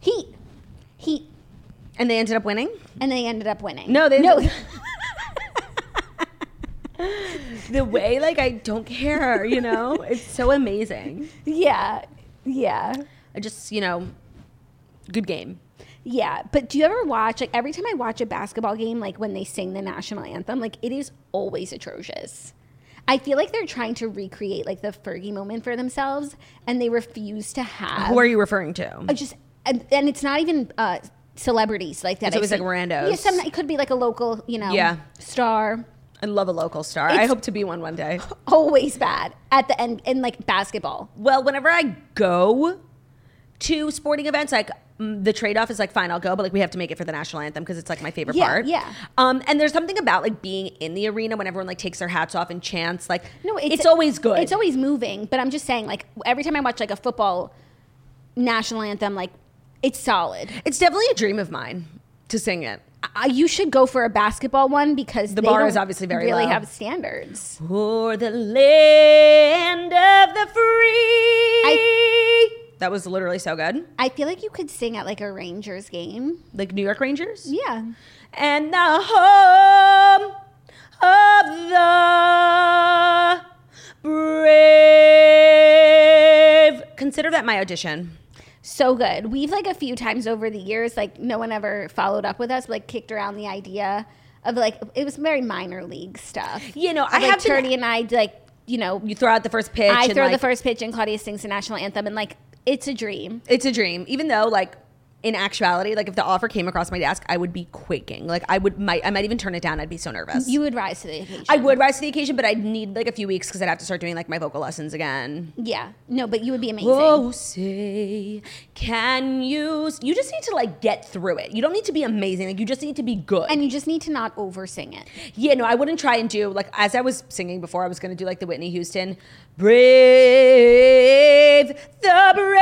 S2: Heat. Heat.
S1: and they ended up winning.
S2: And they ended up winning.
S1: No, they-
S2: no.
S1: The way like I don't care, you know, it's so amazing.
S2: yeah, yeah.
S1: I just you know, good game.
S2: Yeah, but do you ever watch like every time I watch a basketball game, like when they sing the national anthem, like it is always atrocious. I feel like they're trying to recreate like the Fergie moment for themselves, and they refuse to have.
S1: Who are you referring to?
S2: I just and, and it's not even uh, celebrities like that.
S1: It's always,
S2: I've seen.
S1: like, randos.
S2: Yeah, some, it could be like a local, you know,
S1: Yeah.
S2: star.
S1: I love a local star. I
S2: It's-
S1: hope to be one one day.
S2: Always bad at the end in like basketball.
S1: Well, whenever I go to sporting events, like mm, the trade off is like, fine, I'll go, but like we have to make it for the national anthem because it's like my favorite
S2: Yeah,
S1: part.
S2: yeah.
S1: Um, and there's something about like being in the arena when everyone like takes their hats off and chants. Like,
S2: No, it's,
S1: always good.
S2: It's always moving, but I'm just saying, like every time I watch like a football national anthem, like it's solid.
S1: It's definitely a dream of mine to sing it.
S2: Uh, you should go for a basketball one because
S1: The
S2: they
S1: bar
S2: don't
S1: is obviously very
S2: really
S1: low.
S2: have standards.
S1: For the land of the free.
S2: I-
S1: that was literally so good.
S2: I feel like you could sing at like a Rangers game.
S1: Like New York Rangers.
S2: Yeah,
S1: and the home of the brave. Consider that my audition.
S2: so good. We've like a few times over the years, like no one ever followed up with us, but, like kicked around the idea of like it was very minor league stuff.
S1: You know,
S2: Of,
S1: I
S2: like,
S1: have been-
S2: Turdy and I like you know
S1: You throw out the first pitch.
S2: I
S1: and,
S2: throw the
S1: like,
S2: first pitch and Claudia sings the national anthem and like it's a dream.
S1: It's a dream, even though like. In actuality, like if the offer came across my desk, I would be quaking. Like I would, might, I might even turn it down. I'd be so nervous.
S2: You would rise to the occasion.
S1: I would rise to the occasion, but I'd need like a few weeks because I'd have to start doing like my vocal lessons again.
S2: yeah. No, but you would be amazing.
S1: Oh, say, can you? s- You just need to like get through it. You don't need to be amazing. Like you just need to be good.
S2: And you just need to not oversing it.
S1: Yeah, no, I wouldn't try and do like as I was singing before. I was gonna do like the Whitney Houston, brave, the brave.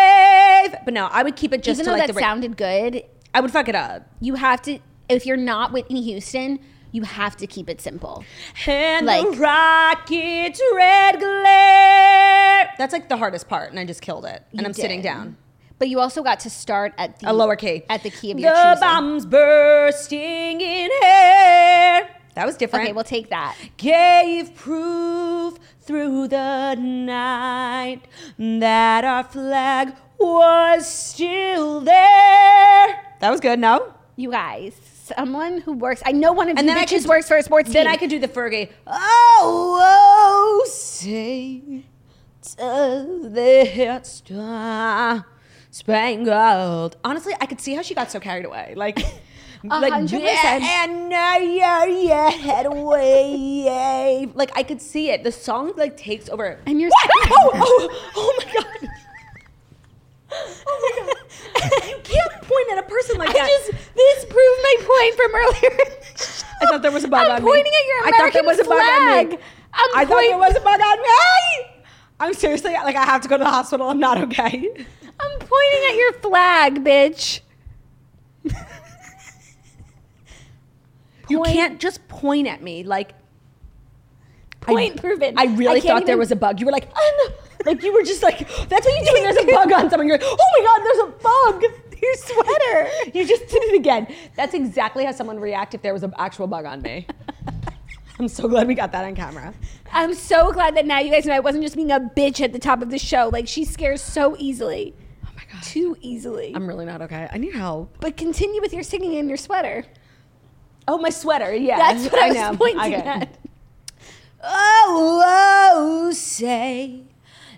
S1: But no, I would keep it just
S2: Even
S1: to
S2: though
S1: like
S2: that
S1: the. ra-
S2: sounded good,
S1: I would fuck it up.
S2: you have to if you're not Whitney Houston, you have to keep it simple.
S1: And the
S2: Like-
S1: rocket's red glare. That's like the hardest part, and I just killed it. And
S2: You
S1: I'm sitting
S2: did.
S1: down.
S2: But you also got to start at the
S1: A lower key.
S2: At the key of your
S1: The
S2: choosing.
S1: bombs bursting in air. That was different.
S2: Okay, we'll take that.
S1: gave proof through the night that our flag was still there. That was good, no?
S2: You guys, someone who works I know one of you
S1: then I
S2: bitches
S1: could-
S2: works for a sports
S1: Then
S2: team.
S1: I could do the Fergie. Oh, oh say does that star spangled. Honestly, I could see how she got so carried away. Like, like
S2: 100%.
S1: yeah, and now you're your head away. yay. Like I could see it. The song like takes over.
S2: And you're-
S1: oh, oh, oh my god. Oh my god. you can't point at a person like
S2: I
S1: that.
S2: just this proved my point from earlier. in the show.
S1: I thought there was a bug
S2: I'm
S1: on me.
S2: pointing at your
S1: I thought there
S2: American
S1: was a bug on me.
S2: flag. I'm
S1: I thought there
S2: point-
S1: was a bug on me. I'm seriously like I have to go to the hospital. I'm not okay.
S2: I'm pointing at your flag, bitch.
S1: You you
S2: point.
S1: can't just point at me like
S2: Point proven.
S1: I really
S2: I can't
S1: thought there
S2: even-
S1: was a bug. You were like, oh, no. like you were just like, that's what you do when there's a bug on someone. You're like, oh my god, there's a bug. Your sweater. you just did it again. That's exactly how someone would react if there was an actual bug on me. I'm so glad we got that on camera.
S2: I'm so glad that now you guys know I wasn't just being a bitch at the top of the show. Like she scares so easily. Oh my god. Too easily.
S1: I'm really not okay. I need help.
S2: but continue with your singing in your sweater.
S1: Oh, my sweater. Yeah,
S2: That's what I, was pointing at.
S1: Oh, oh, say,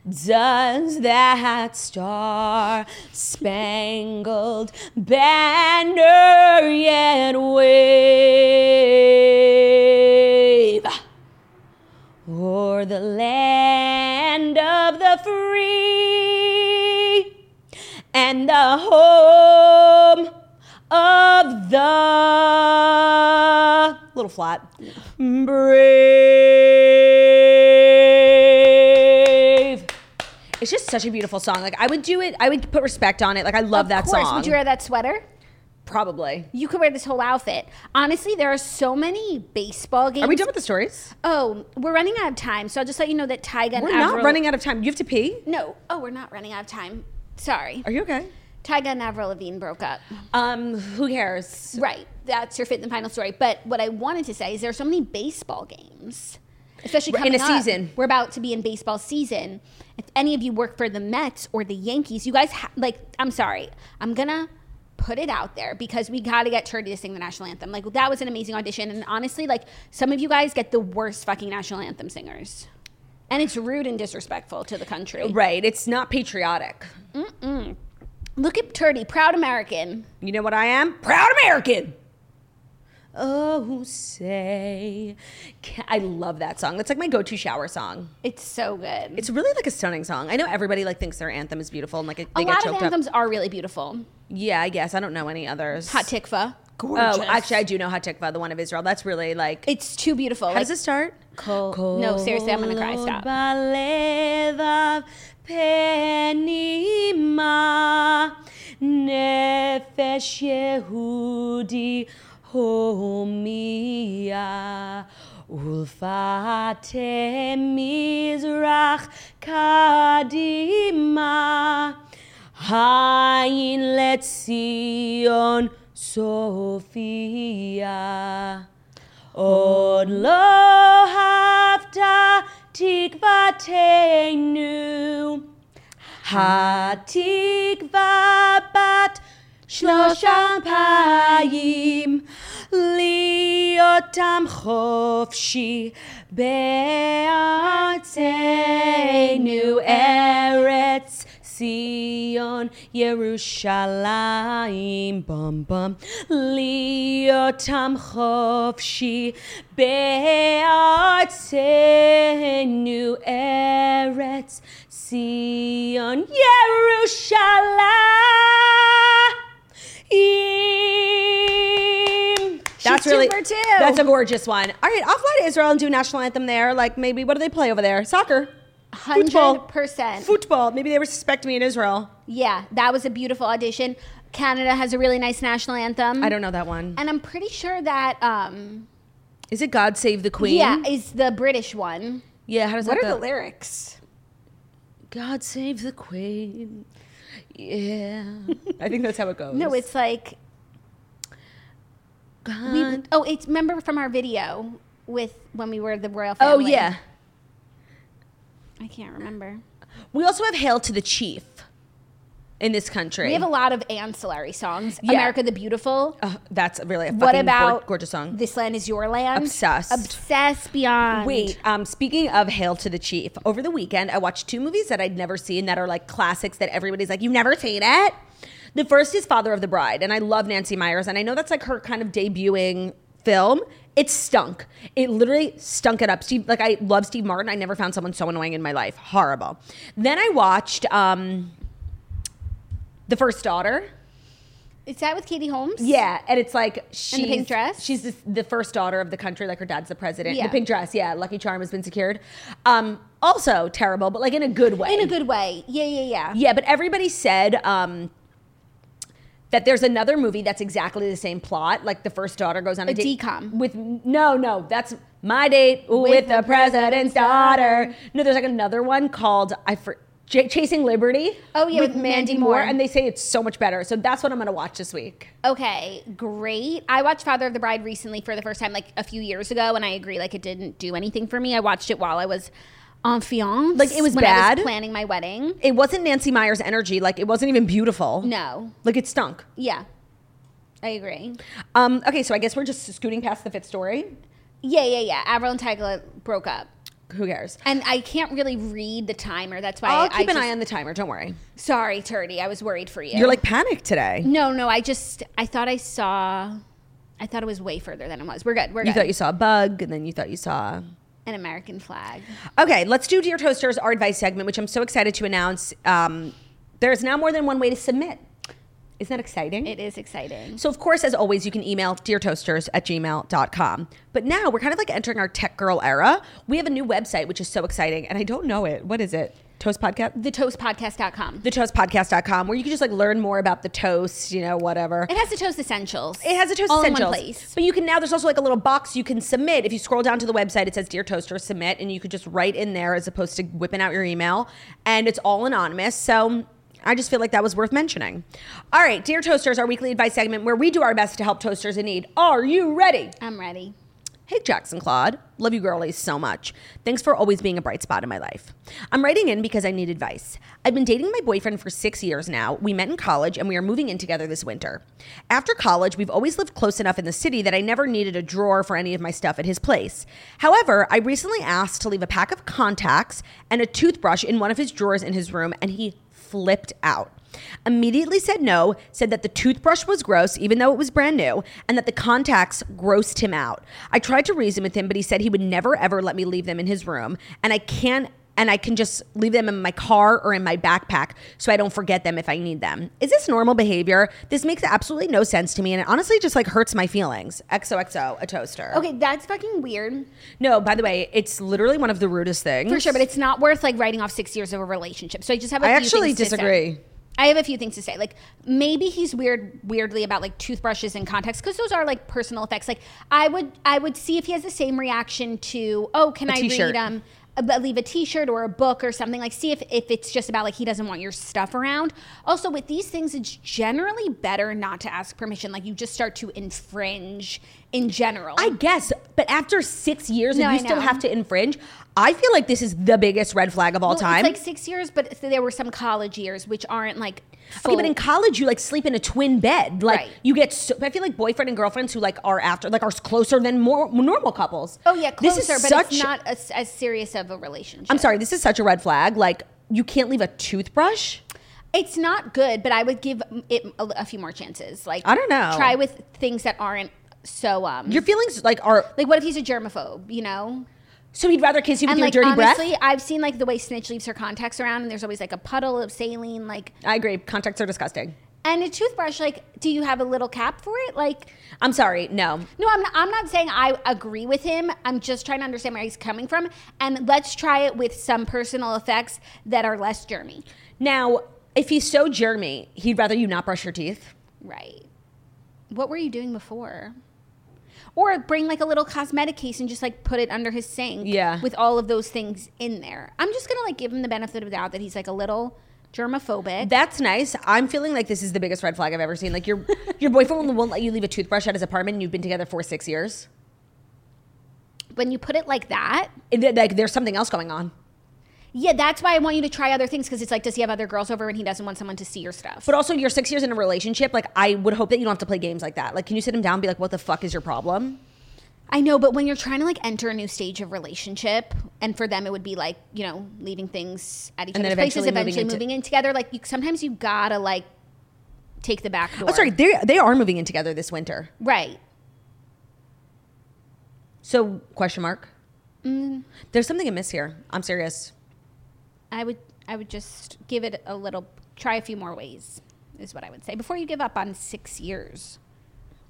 S1: does that star spangled banner yet wave? O'er the land of the free and the home of the little flat brave. It's just such a beautiful song. Like I would do it. I would put respect on it. Like I love that
S2: of course,
S1: song.
S2: Would you wear that sweater?
S1: Probably.
S2: You could wear this whole outfit. Honestly, there are so many baseball games.
S1: Are we done with the stories?
S2: Oh, we're running out of time, so I'll just let you know that Tyga and
S1: We're not
S2: Avril-
S1: running out of time. You have to pee.
S2: No. Oh, we're not running out of time. Sorry.
S1: Are you okay?
S2: Tyga and Avril Lavigne broke up.
S1: Um, who cares?
S2: Right. That's your fifth and final story. But what I wanted to say is there are so many baseball games, especially
S1: We're in
S2: coming
S1: a
S2: up.
S1: season.
S2: We're about to be in baseball season. If any of you work for the Mets or the Yankees, you guys ha- like. I'm sorry. I'm gonna put it out there because we got to get Turdy to sing the national anthem. Like that was an amazing audition, and honestly, like some of you guys get the worst fucking national anthem singers. And it's rude and disrespectful to the country.
S1: Right. It's not patriotic.
S2: Look at Turdy, proud American.
S1: You know what I am? Proud American. Oh, say. Ca- I love that song. That's like my go to shower song.
S2: It's so good.
S1: It's really like a stunning song. I know everybody like thinks their anthem is beautiful and like it-
S2: a
S1: they get
S2: lot of
S1: choked
S2: anthems
S1: up.
S2: are really beautiful.
S1: Yeah, I guess. I don't know any others.
S2: Hot Tikva.
S1: Oh, actually, I do know Hot Tikva, the one of Israel. That's really like.
S2: It's too beautiful.
S1: how
S2: like,
S1: does it start? Cold.
S2: No, seriously, I'm gonna cry. Stop.
S1: by levav penima, nefesh Yehudi homia, ulfate mizrach kadima, hayin letzion Sophia. עוד לא אהבת תקוותנו, התקווה בת שלושה פעמים, להיותם חופשי בארצנו ארץ. ציון ירושלים בום בום להיותם חופשי בארצנו ארץ ציון ירושלים
S2: She's two for two.
S1: That's a gorgeous one. All right, I'll fly to Israel and do national anthem there. Like maybe what do they play over there? Soccer. Football.
S2: 100%.
S1: Football. Maybe they respect me in Israel.
S2: Yeah, that was a beautiful audition. Canada has a really nice national anthem.
S1: I don't know that one.
S2: And I'm pretty sure that um
S1: Is it God Save the Queen?
S2: yeah, is the British one.
S1: Yeah, how does that go?
S2: lyrics?
S1: God Save the Queen. Yeah. I think that's how it goes.
S2: No, it's like
S1: God.
S2: we, oh, it's remember from our video with when we were the royal
S1: oh,
S2: family.
S1: yeah.
S2: I can't remember.
S1: We also have Hail to the Chief in this country.
S2: We have a lot of ancillary songs.
S1: Yeah.
S2: America the Beautiful.
S1: Uh, that's really a fucking
S2: what
S1: gor-
S2: about
S1: gorgeous song.
S2: This land is your land.
S1: Obsessed.
S2: Obsessed beyond.
S1: Wait, um, speaking of Hail to the Chief, over the weekend I watched two movies that I'd never seen that are like classics that everybody's like, you've never seen it? The first is Father of the Bride, and I love Nancy Myers, and I know that's like her kind of debuting film. It stunk. It literally stunk it up. Steve, like I love Steve Martin. I never found someone so annoying in my life. Horrible. Then I watched um, The First Daughter.
S2: Is that with Katie Holmes?
S1: Yeah, and it's like she's
S2: pink dress?
S1: She's the, the first daughter of the country. Like her dad's the president.
S2: Yeah.
S1: The pink dress. Yeah, Lucky Charm has been secured. Um, also terrible, but like in a good way.
S2: In a good way. Yeah, yeah, yeah.
S1: Yeah, but everybody said um, that there's another movie that's exactly the same plot. Like the first daughter goes on a,
S2: A
S1: date
S2: decom.
S1: with no, no, that's my date with, the,
S2: the
S1: president's
S2: president's
S1: daughter. No, there's like another one called I for. Ch- Chasing Liberty.
S2: Oh, yeah, with Mandy Moore.
S1: and they say it's so much better. So that's what I'm gonna watch this week.
S2: Okay, great. I watched Father of the Bride recently for the first time, like a few years ago, and I agree, like it didn't do anything for me. I watched it while I was en fiance,
S1: Like, it was
S2: when I
S1: bad?
S2: was planning my wedding.
S1: It wasn't Nancy Meyer's energy. Like it wasn't even beautiful.
S2: No,
S1: Like it stunk.
S2: yeah, I agree.
S1: Um, okay, so I guess we're just scooting past the fifth story.
S2: Yeah, yeah, yeah. Avril and Tyga broke up,
S1: Who cares?
S2: and I can't really read the timer. That's why
S1: I'll
S2: I
S1: keep an
S2: just-
S1: eye on the timer. Don't worry.
S2: Sorry, Turdy, I was worried for you.
S1: You're like panicked today.
S2: no, no. I just I thought I saw. I thought it was way further than it was. We're good. We're
S1: You
S2: good.
S1: thought you saw a bug, and then you thought you saw.
S2: An American flag.
S1: Okay, let's do Dear Toasters, our advice segment, which I'm so excited to announce. Um, there's now more than one way to submit. Isn't that exciting?
S2: It is exciting.
S1: So, of course, as always, you can email deartoasters at gmail.com. But now we're kind of like entering our tech girl era. We have a new website, which is so exciting, and I don't know it. What is it? Toast Podcast?
S2: TheToastPodcast.com.
S1: Thetoastpodcast.com, where you can just like learn more about the toast, you know, whatever.
S2: It has the toast essentials.
S1: It has a toast
S2: All
S1: essentials.
S2: in one place.
S1: But you can now. There's also like a little box you can submit. If you scroll down to the website, it says "Dear Toaster, submit," and you could just write in there as opposed to whipping out your email. And it's all anonymous. So. I just feel like that was worth mentioning. All right, Dear Toasters, our weekly advice segment where we do our best to help toasters in need. Are you ready?
S2: I'm ready.
S1: Hey, Jackson Claude. Love you, girlies, so much. Thanks for always being a bright spot in my life. I'm writing in because I need advice. I've been dating my boyfriend for six years now. We met in college and we are moving in together this winter. After college, we've always lived close enough in the city that I never needed a drawer for any of my stuff at his place. However, I recently asked to leave a pack of contacts and a toothbrush in one of his drawers in his room, and he flipped out. Immediately said no, said that the toothbrush was gross, even though it was brand new, and that the contacts grossed him out. I tried to reason with him, but he said he would never ever let me leave them in his room, and I can't. And I can just leave them in my car or in my backpack so I don't forget them if I need them. Is this normal behavior? This makes absolutely no sense to me. And it honestly just like hurts my feelings. XOXO, a toaster.
S2: Okay, that's fucking weird
S1: No, by the way, it's literally one of the rudest things.
S2: for sure, but it's not worth like writing off six years of a relationship. So I just have. a
S1: I
S2: few
S1: actually
S2: things to say.
S1: disagree.
S2: I have a few things to say. Like maybe he's weird, weirdly about like toothbrushes and contacts because those are like personal effects. Like I would, I would see if he has the same reaction to oh, can I
S1: t-shirt.
S2: read um, a- but leave a T-shirt or a book or something. Like see if if it's just about like he doesn't want your stuff around. Also with these things, it's generally better not to ask permission. Like you just start to infringe in general.
S1: I guess, but after six years
S2: No,
S1: and you
S2: I
S1: still
S2: know.
S1: have to infringe, I feel like this is the biggest red flag of all
S2: Well,
S1: time.
S2: It's like six years, but there were some college years which aren't like.
S1: okay, but
S2: full-
S1: in college you like sleep in a twin bed. Like
S2: Right.
S1: you get. So, I feel like boyfriend and girlfriends who like are after like are closer than more normal couples.
S2: oh yeah, closer,
S1: this is
S2: but
S1: such,
S2: it's not as, as serious of a relationship.
S1: I'm sorry, this is such a red flag. Like you can't leave a toothbrush.
S2: It's not good, but I would give it a, a few more chances. Like
S1: I don't know.
S2: Try with things that aren't so um.
S1: Your feelings like are
S2: like what if he's a germaphobe? You know,
S1: so he'd rather kiss you with
S2: and
S1: your
S2: like
S1: dirty
S2: honestly,
S1: breath.
S2: I've seen like the way Snitch leaves her contacts around, and there's always like a puddle of saline. Like
S1: I agree. Contacts are disgusting.
S2: and a toothbrush. Like, do you have a little cap for it? Like,
S1: I'm sorry. No,
S2: no, I'm not, I'm not saying I agree with him. I'm just trying to understand where he's coming from, and let's try it with some personal effects that are less germy.
S1: now if he's so germy, he'd rather you not brush your teeth.
S2: Right. What were you doing before? Or bring like a little cosmetic case and just like put it under his sink.
S1: Yeah.
S2: With all of those things in there. I'm just gonna like give him the benefit of the doubt that he's like a little germophobic.
S1: That's nice. I'm feeling like this is the biggest red flag I've ever seen. Like your your boyfriend won't- won't let you leave a toothbrush at his apartment, and you've been together for six years.
S2: when you put it like that,
S1: And then, like there's something else going on.
S2: yeah, that's why I want you to try other things because it's like, does he have other girls over and he doesn't want someone to see your stuff?
S1: But also, you're six years in a relationship. Like I would hope that you don't have to play games like that. Like, can you sit him down and be like, "What the fuck is your problem?"
S2: I know, but when you're trying to like enter a new stage of relationship, and for them it would be like you know leaving things at each
S1: And then
S2: other's
S1: eventually
S2: places,
S1: moving
S2: eventually
S1: into-
S2: moving, in together. Like you, sometimes you gotta like take the back door.
S1: Oh, sorry. They they are moving in together this winter.
S2: Right.
S1: So question mark. There's something amiss here. I'm serious.
S2: I would I would just give it a little try a few more ways is what I would say before you give up on six years.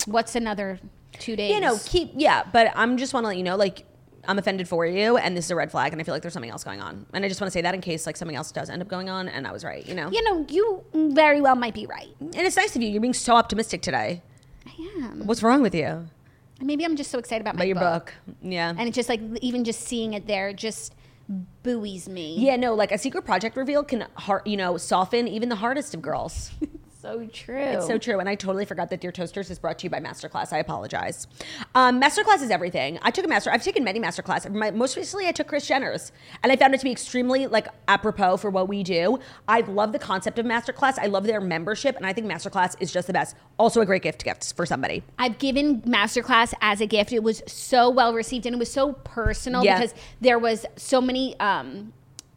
S2: What's another two days?
S1: You know, keep yeah. But I'm just want to let you know, like I'm offended for you, and this is a red flag, and I feel like there's something else going on. And I just want to say that in case like something else does end up going on, and I was right, you know.
S2: You know, you very well might be right.
S1: And it's nice of you. You're being so optimistic today.
S2: I am.
S1: What's wrong with you?
S2: Maybe I'm just so excited about my
S1: About your
S2: book.
S1: book, yeah.
S2: and it's just like even just seeing it there just buoys me.
S1: yeah, no, like a secret project reveal can, har- you know, soften even the hardest of girls.
S2: so true.
S1: It's so true. And I totally forgot that Dear Toasters is brought to you by Masterclass. I apologize. Um, Masterclass is everything. I took a master. I've taken many Masterclass. My, most recently, I took Chris Jenner's, and I found it to be extremely like apropos for what we do. I love the concept of Masterclass. I love their membership, and I think Masterclass is just the best. Also, a great gift gift for somebody.
S2: I've given masterclass as a gift. It was so well received and it was so personal
S1: Yeah.
S2: because there was so many um,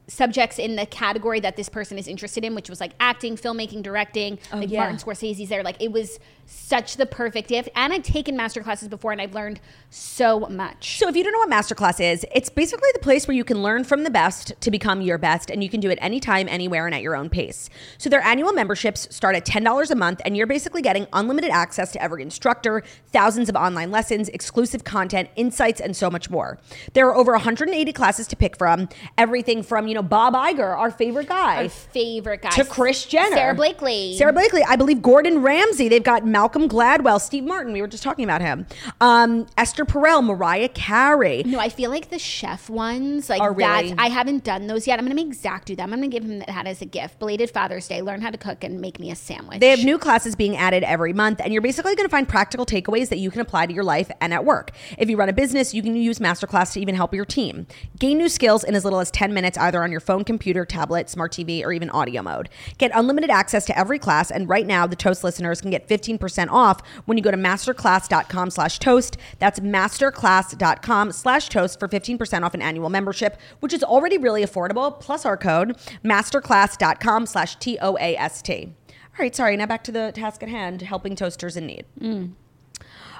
S2: subjects in the category that this person is interested in, which was like acting, filmmaking, directing, like
S1: Oh, yeah.
S2: Martin Scorsese's there. Like it was such the perfect gift. And I've taken masterclasses before and I've learned so much.
S1: So, if you don't know what Masterclass is, it's basically the place where you can learn from the best to become your best, and you can do it anytime, anywhere, and at your own pace. So, their annual memberships start at $10 a month, and you're basically getting unlimited access to every instructor, thousands of online lessons, exclusive content, insights, and so much more. There are over 180 classes to pick from, everything from, you know, Bob Iger, our favorite guy.
S2: Our favorite guy.
S1: to Chris Jenner,
S2: Sarah Blakely.
S1: Sarah Blakely, I believe Gordon Ramsay. They've got Malcolm Gladwell, Steve Martin. We were just talking about him. Um, Esther Perel, Mariah Carey.
S2: No, I feel like the chef ones, like
S1: Are
S2: that's
S1: Oh, really-
S2: I haven't done those yet. I'm gonna make Zach do them. I'm gonna give him that as a gift. Belated Father's Day, learn how to cook and make me a sandwich.
S1: They have new classes being added every month, and you're basically going to find practical takeaways that you can apply to your life and at work. If you run a business, you can use Masterclass to even help your team. Gain new skills in as little as 10 minutes, either on your phone, computer, tablet, smart TV, or even audio mode. Get unlimited access to every class, and right now, the Toast listeners can get 15% off when you go to masterclass.com slash toast. That's masterclass.com slash toast for 15% off an annual membership, which is already really affordable, plus our code, masterclass.com slash T-O-A-S-T. All right, sorry. Now back to the task at hand: helping toasters in need.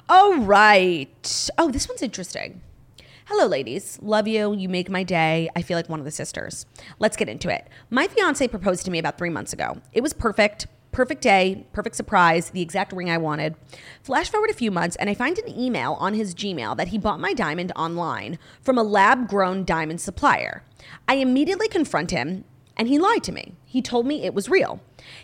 S1: All right. Oh, this one's interesting. Hello, ladies. Love you. You make my day. I feel like one of the sisters. Let's get into it. My fiance proposed to me about three months ago. It was perfect. Perfect day, perfect surprise, the exact ring I wanted. Flash forward a few months, and I find an email on his Gmail that he bought my diamond online from a lab grown diamond supplier. I immediately confront him, and he lied to me. He told me it was real.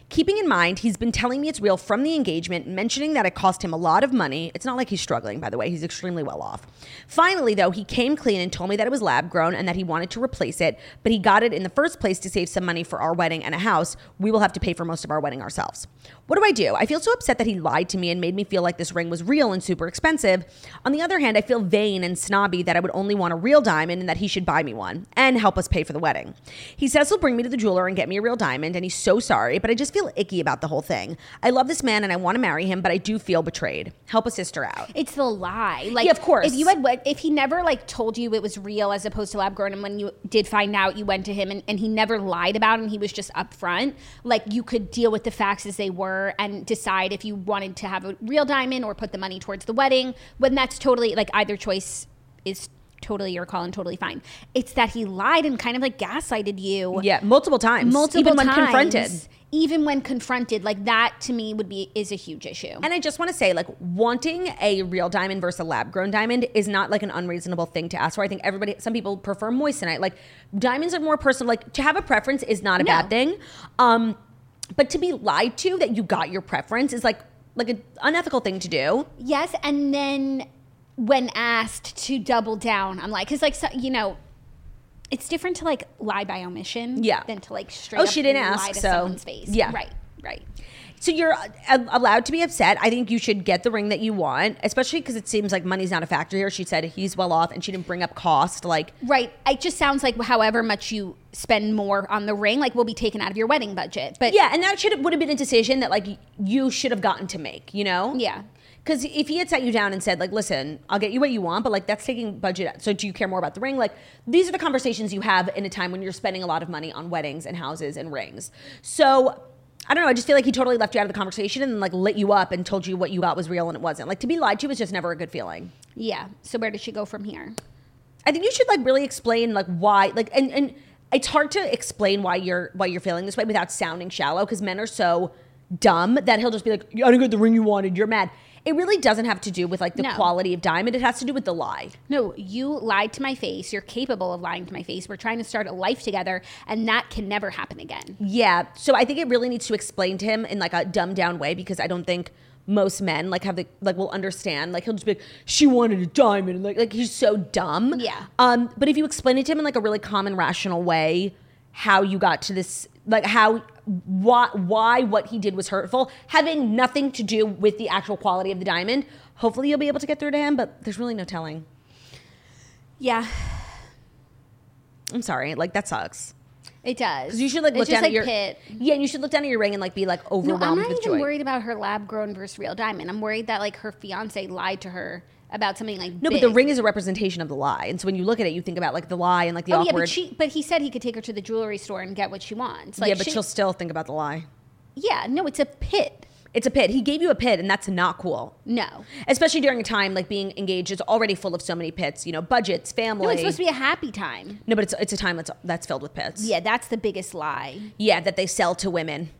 S1: Keeping in mind, he's been telling me it's real from the engagement, mentioning that it cost him a lot of money. It's not like he's struggling, by the way, he's extremely well off. Finally, though, he came clean and told me that it was lab grown and that he wanted to replace it, but he got it in the first place to save some money for our wedding and a house. We will have to pay for most of our wedding ourselves. What do I do? I feel so upset that he lied to me and made me feel like this ring was real and super expensive. On the other hand, I feel vain and snobby that I would only want a real diamond and that he should buy me one and help us pay for the wedding. He says he'll bring me to the jeweler and get me a real diamond, and he's so sorry, but I just feel icky about the whole thing. I love this man and I want to marry him, but I do feel betrayed. Help a sister out.
S2: It's the lie. Like,
S1: Yeah, of course.
S2: If you had, went- if he never like told you it was real as opposed to lab grown, and when you did find out, you went to him and, and he never lied about it, and he was just upfront. Like, you could deal with the facts as they were and decide if you wanted to have a real diamond or put the money towards the wedding. When that's totally like either choice is totally your call and totally fine. It's that he lied and kind of like gaslighted you
S1: Yeah, multiple times.
S2: multiple
S1: even when
S2: times,
S1: confronted.
S2: Even when confronted, like that to me would be is a huge issue.
S1: And I just want to say, like, wanting a real diamond versus a lab grown diamond is not like an unreasonable thing to ask for. I think everybody, some people prefer moissanite. Like, diamonds are more personal. Like, to have a preference is not a
S2: No.
S1: bad thing. Um, but to be lied to that you got your preference is like, like an unethical thing to do.
S2: Yes, and then when asked to double down, I'm like, because like so, you know, it's different to like lie by omission,
S1: Yeah.
S2: than to like straight.
S1: Oh,
S2: up
S1: she didn't
S2: lie
S1: ask,
S2: to
S1: so-
S2: someone's face.
S1: yeah.
S2: right, right.
S1: So you're uh, allowed to be upset. I think you should get the ring that you want, especially because it seems like money's not a factor here. She said he's well off, and she didn't bring up cost. Like,
S2: Right. It just sounds like however much you spend more on the ring, like will be taken out of your wedding budget. But
S1: yeah, and that should would have been a decision that like you should have gotten to make. You know?
S2: yeah.
S1: Because if he had sat you down and said, like, listen, I'll get you what you want, but like that's taking budget. So do you care more about the ring? Like, these are the conversations you have in a time when you're spending a lot of money on weddings and houses and rings. So I don't know. I just feel like he totally left you out of the conversation and like lit you up and told you what you got was real and it wasn't. Like to be lied to was just never a good feeling.
S2: yeah. So where did she go from here?
S1: I think you should like really explain like why like and and it's hard to explain why you're why you're feeling this way without sounding shallow because men are so dumb that he'll just be like, "I didn't get the ring you wanted. You're mad." It really doesn't have to do with like the
S2: No.
S1: quality of diamond. It has to do with the lie.
S2: No, you lied to my face. You're capable of lying to my face. We're trying to start a life together, and that can never happen again.
S1: Yeah. So I think it really needs to explain to him in like a dumbed down way because I don't think most men like have the like will understand. Like he'll just be like, she wanted a diamond. and, Like like he's so dumb.
S2: Yeah.
S1: Um, but if you explain it to him in like a really calm and rational way, how you got to this like how why why what he did was hurtful, having nothing to do with the actual quality of the diamond, hopefully you'll be able to get through to him, but there's really no telling.
S2: Yeah,
S1: I'm sorry, like that sucks.
S2: it does.
S1: 'Cause You should like
S2: It's
S1: look
S2: just
S1: down
S2: like
S1: at your
S2: pit.
S1: yeah, and you should look down at your ring and like be like
S2: No,
S1: overwhelmed
S2: I'm not
S1: with
S2: even
S1: joy.
S2: worried about her lab grown versus real diamond. I'm worried that like her fiance lied to her about something like
S1: No, but the
S2: big.
S1: ring is a representation of the lie, and so when you look at it, you think about like the lie and like the
S2: Oh yeah,
S1: awkward.
S2: but she. But he said he could take her to the jewelry store and get what she wants. Like,
S1: yeah, but
S2: she-
S1: she'll still think about the lie.
S2: Yeah, no, it's a pit.
S1: It's a pit. He gave you a pit, and that's not cool.
S2: No,
S1: Especially during a time like being engaged is already full of so many pits. You know, budgets, family.
S2: no, it's supposed to be a happy time.
S1: No, but it's it's a time that's that's filled with pits.
S2: Yeah, that's the biggest lie.
S1: yeah, that they sell to women.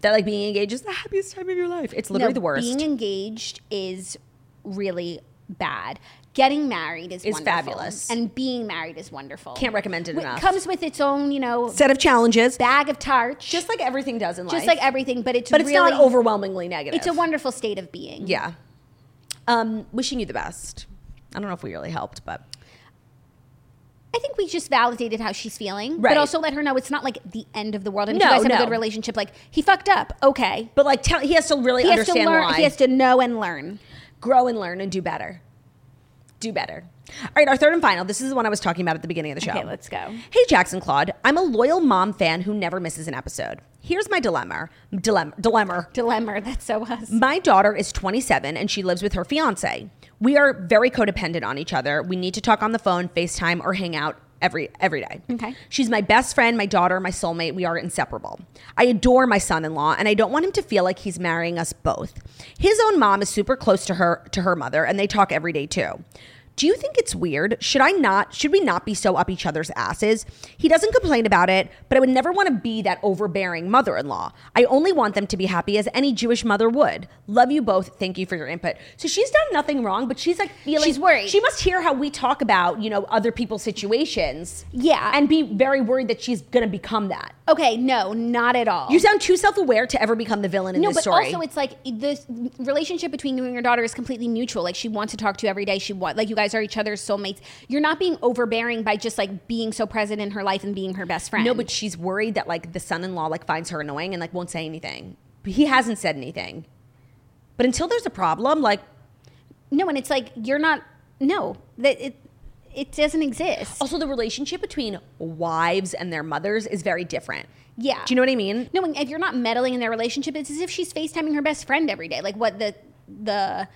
S1: That like being engaged is the happiest time of your life. It's literally
S2: no,
S1: the worst.
S2: Being engaged is really bad. Getting married is
S1: Is
S2: wonderful.
S1: fabulous.
S2: and being married is wonderful.
S1: Can't recommend it
S2: Wi-
S1: enough.
S2: Comes with its own, you know,
S1: Set of challenges,
S2: bag of tarts,
S1: just like everything does in life.
S2: just like everything. But it's
S1: but it's
S2: really,
S1: not overwhelmingly negative.
S2: It's a wonderful state of being.
S1: Yeah. Um, wishing you the best. I don't know if we really helped, but
S2: I think we just validated how she's feeling,
S1: Right.
S2: but also let her know it's not like the end of the world. And if
S1: No,
S2: you guys have
S1: no.
S2: a good relationship, like he fucked up, okay.
S1: But like, tell he has to really
S2: He has to
S1: understand
S2: learn.
S1: why.
S2: He has to know and learn.
S1: grow and learn and do better. Do better. All right, our third and final. This is the one I was talking about at the beginning of the show.
S2: Okay, let's go.
S1: Hey, Jackson Claude. I'm a loyal mom fan who never misses an episode. Here's my dilemma. Dilemma. Dilemma.
S2: Dilemma. That's so us.
S1: My daughter is 27 and she lives with her fiance. We are very codependent on each other. We need to talk on the phone, FaceTime, or hang out every every day.
S2: Okay.
S1: She's my best friend, my daughter, my soulmate. We are inseparable. I adore my son-in-law and I don't want him to feel like he's marrying us both. His own mom is super close to her to her mother and they talk every day too. Do you think it's weird? Should I not should we not be so up each other's asses? He doesn't complain about it, but I would never want to be that overbearing mother-in-law. I only want them to be happy as any Jewish mother would. Love you both. Thank you for your input. So she's done nothing wrong, but she's like feeling
S2: She's worried.
S1: She must hear how we talk about, you know, other people's situations
S2: Yeah.
S1: and be very worried that she's going to become that.
S2: Okay, no, not at all.
S1: You sound too self-aware to ever become the villain in
S2: no,
S1: this
S2: but
S1: story.
S2: also it's like the relationship between you and your daughter is completely mutual. Like she wants to talk to you every day. She want like you guys are each other's soulmates. You're not being overbearing by just like being so present in her life and being her best friend.
S1: no, but she's worried that like the son-in-law like finds her annoying and like won't say anything. But he hasn't said anything. But until there's a problem, like
S2: no, and it's like you're not. No, that it it doesn't exist.
S1: also the relationship between wives and their mothers is very different.
S2: Yeah.
S1: Do you know what I mean?
S2: No, and if you're not meddling in their relationship, it's as if she's FaceTiming her best friend every day. Like what the the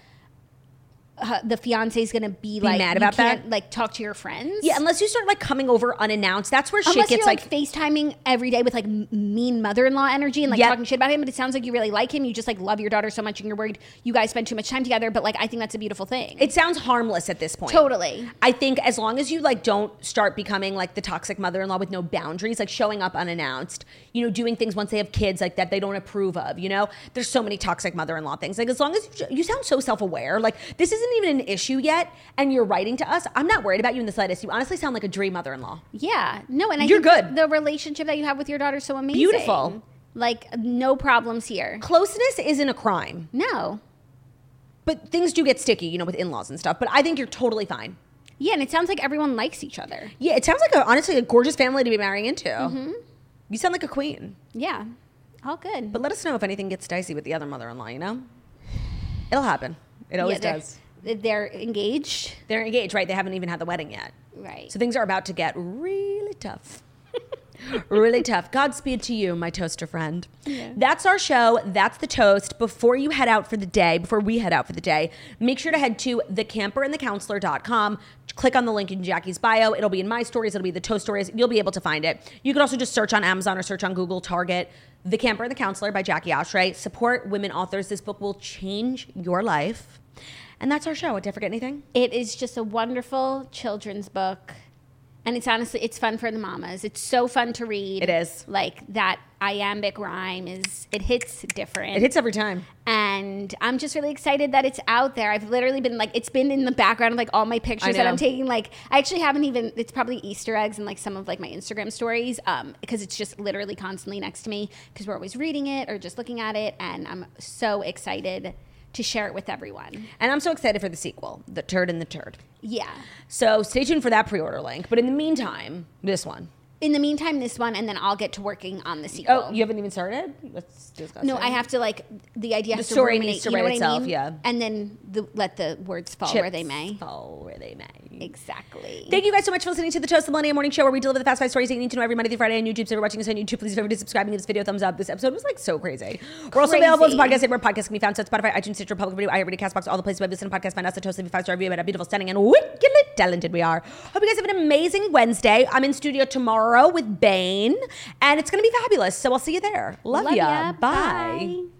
S2: uh, the fiance is going to be, like
S1: mad
S2: you
S1: about that?
S2: can't, Like talk to your friends.
S1: Yeah, unless you start like coming over unannounced, that's where shit
S2: Unless
S1: gets
S2: you're
S1: like,
S2: like, FaceTiming every day with like m- mean mother-in-law energy and like
S1: Yep.
S2: talking shit about him, but it sounds like you really like him. You just like love your daughter so much, and you're worried you guys spend too much time together. But like, I think that's a beautiful thing.
S1: it sounds harmless at this point.
S2: totally.
S1: I think as long as you like don't start becoming like the toxic mother-in-law with no boundaries, like showing up unannounced, you know, doing things once they have kids like that they don't approve of, you know. There's so many toxic mother-in-law things. Like as long as you, you sound so self-aware, like this isn't even an issue yet, and you're writing to us, I'm not worried about you in the slightest. You honestly sound like a dream mother-in-law.
S2: Yeah. No, and I
S1: You're
S2: think
S1: good.
S2: The relationship that you have with your daughter is so amazing.
S1: Beautiful.
S2: Like no problems here.
S1: Closeness isn't a crime,
S2: No.
S1: but things do get sticky, you know, with in-laws and stuff. But I think you're totally fine.
S2: Yeah, and it sounds like everyone likes each other.
S1: Yeah, it sounds like a, honestly a gorgeous family to be marrying into. You sound like a queen.
S2: Yeah. All good.
S1: But let us know if anything gets dicey with the other mother-in-law. You know, it'll happen. It
S2: Yeah,
S1: always
S2: they're-
S1: does.
S2: They're engaged.
S1: They're engaged, right? They haven't even had the wedding yet,
S2: Right.
S1: so things are about to get really tough. really tough. Godspeed to you, my toaster friend. That's our show. That's the toast. Before you head out for the day, before we head out for the day, make sure to head to thecamperandthecounselor.com. Click on the link in Jackie's bio. It'll be in my stories. It'll be the toast stories. You'll be able to find it. You can also just search on Amazon or search on Google, Target. The Camper and the Counselor by Jackie Oshray. Support women authors. This book will change your life. And that's our show. Did I forget anything?
S2: it is just a wonderful children's book. And it's honestly, it's fun for the mamas. It's so fun to read.
S1: It is.
S2: Like that iambic rhyme is it hits different.
S1: It hits every time.
S2: and I'm just really excited that it's out there. I've literally been like, it's been in the background of like all my pictures that
S1: know.
S2: I'm taking. Like, I actually haven't even. It's probably Easter eggs and like some of like my Instagram stories, um, because it's just literally constantly next to me because we're always reading it or just looking at it, and I'm so excited to share it with everyone.
S1: And I'm so excited for the sequel, The Turd and the Turd.
S2: Yeah.
S1: So stay tuned for that pre order link. But in the meantime, this one.
S2: In the meantime, this one, and then I'll get to working on the sequel.
S1: Oh, you haven't even started? Let's discuss
S2: No,
S1: it.
S2: I have to like the idea. has
S1: story
S2: to ruminate,
S1: needs to
S2: you know
S1: write
S2: what I
S1: itself,
S2: mean?
S1: yeah.
S2: and then the, let the words fall where they
S1: Chips
S2: may.
S1: Fall where they may.
S2: Exactly.
S1: Thank you guys so much for listening to the Toast the Millennium Morning Show, where we deliver the fast five stories that you need to know every Monday through Friday on YouTube. So if you're watching us on YouTube, please remember to subscribe and give this video a thumbs up. This episode was like so crazy. We're also
S2: Crazy.
S1: available as a podcast everywhere podcasts can be found. So it's Spotify, iTunes, Stitcher, Public Radio, iHeartRadio, CastBox, all the places where you listen to podcasts. Find us at Toast Leave a Five Star Review about how beautiful, stunning, and wickedly talented we are. Hope you guys have an amazing Wednesday. I'm in studio tomorrow with Bane, and it's going to be fabulous. So I'll see you there. Love, ya. Bye.
S2: Bye.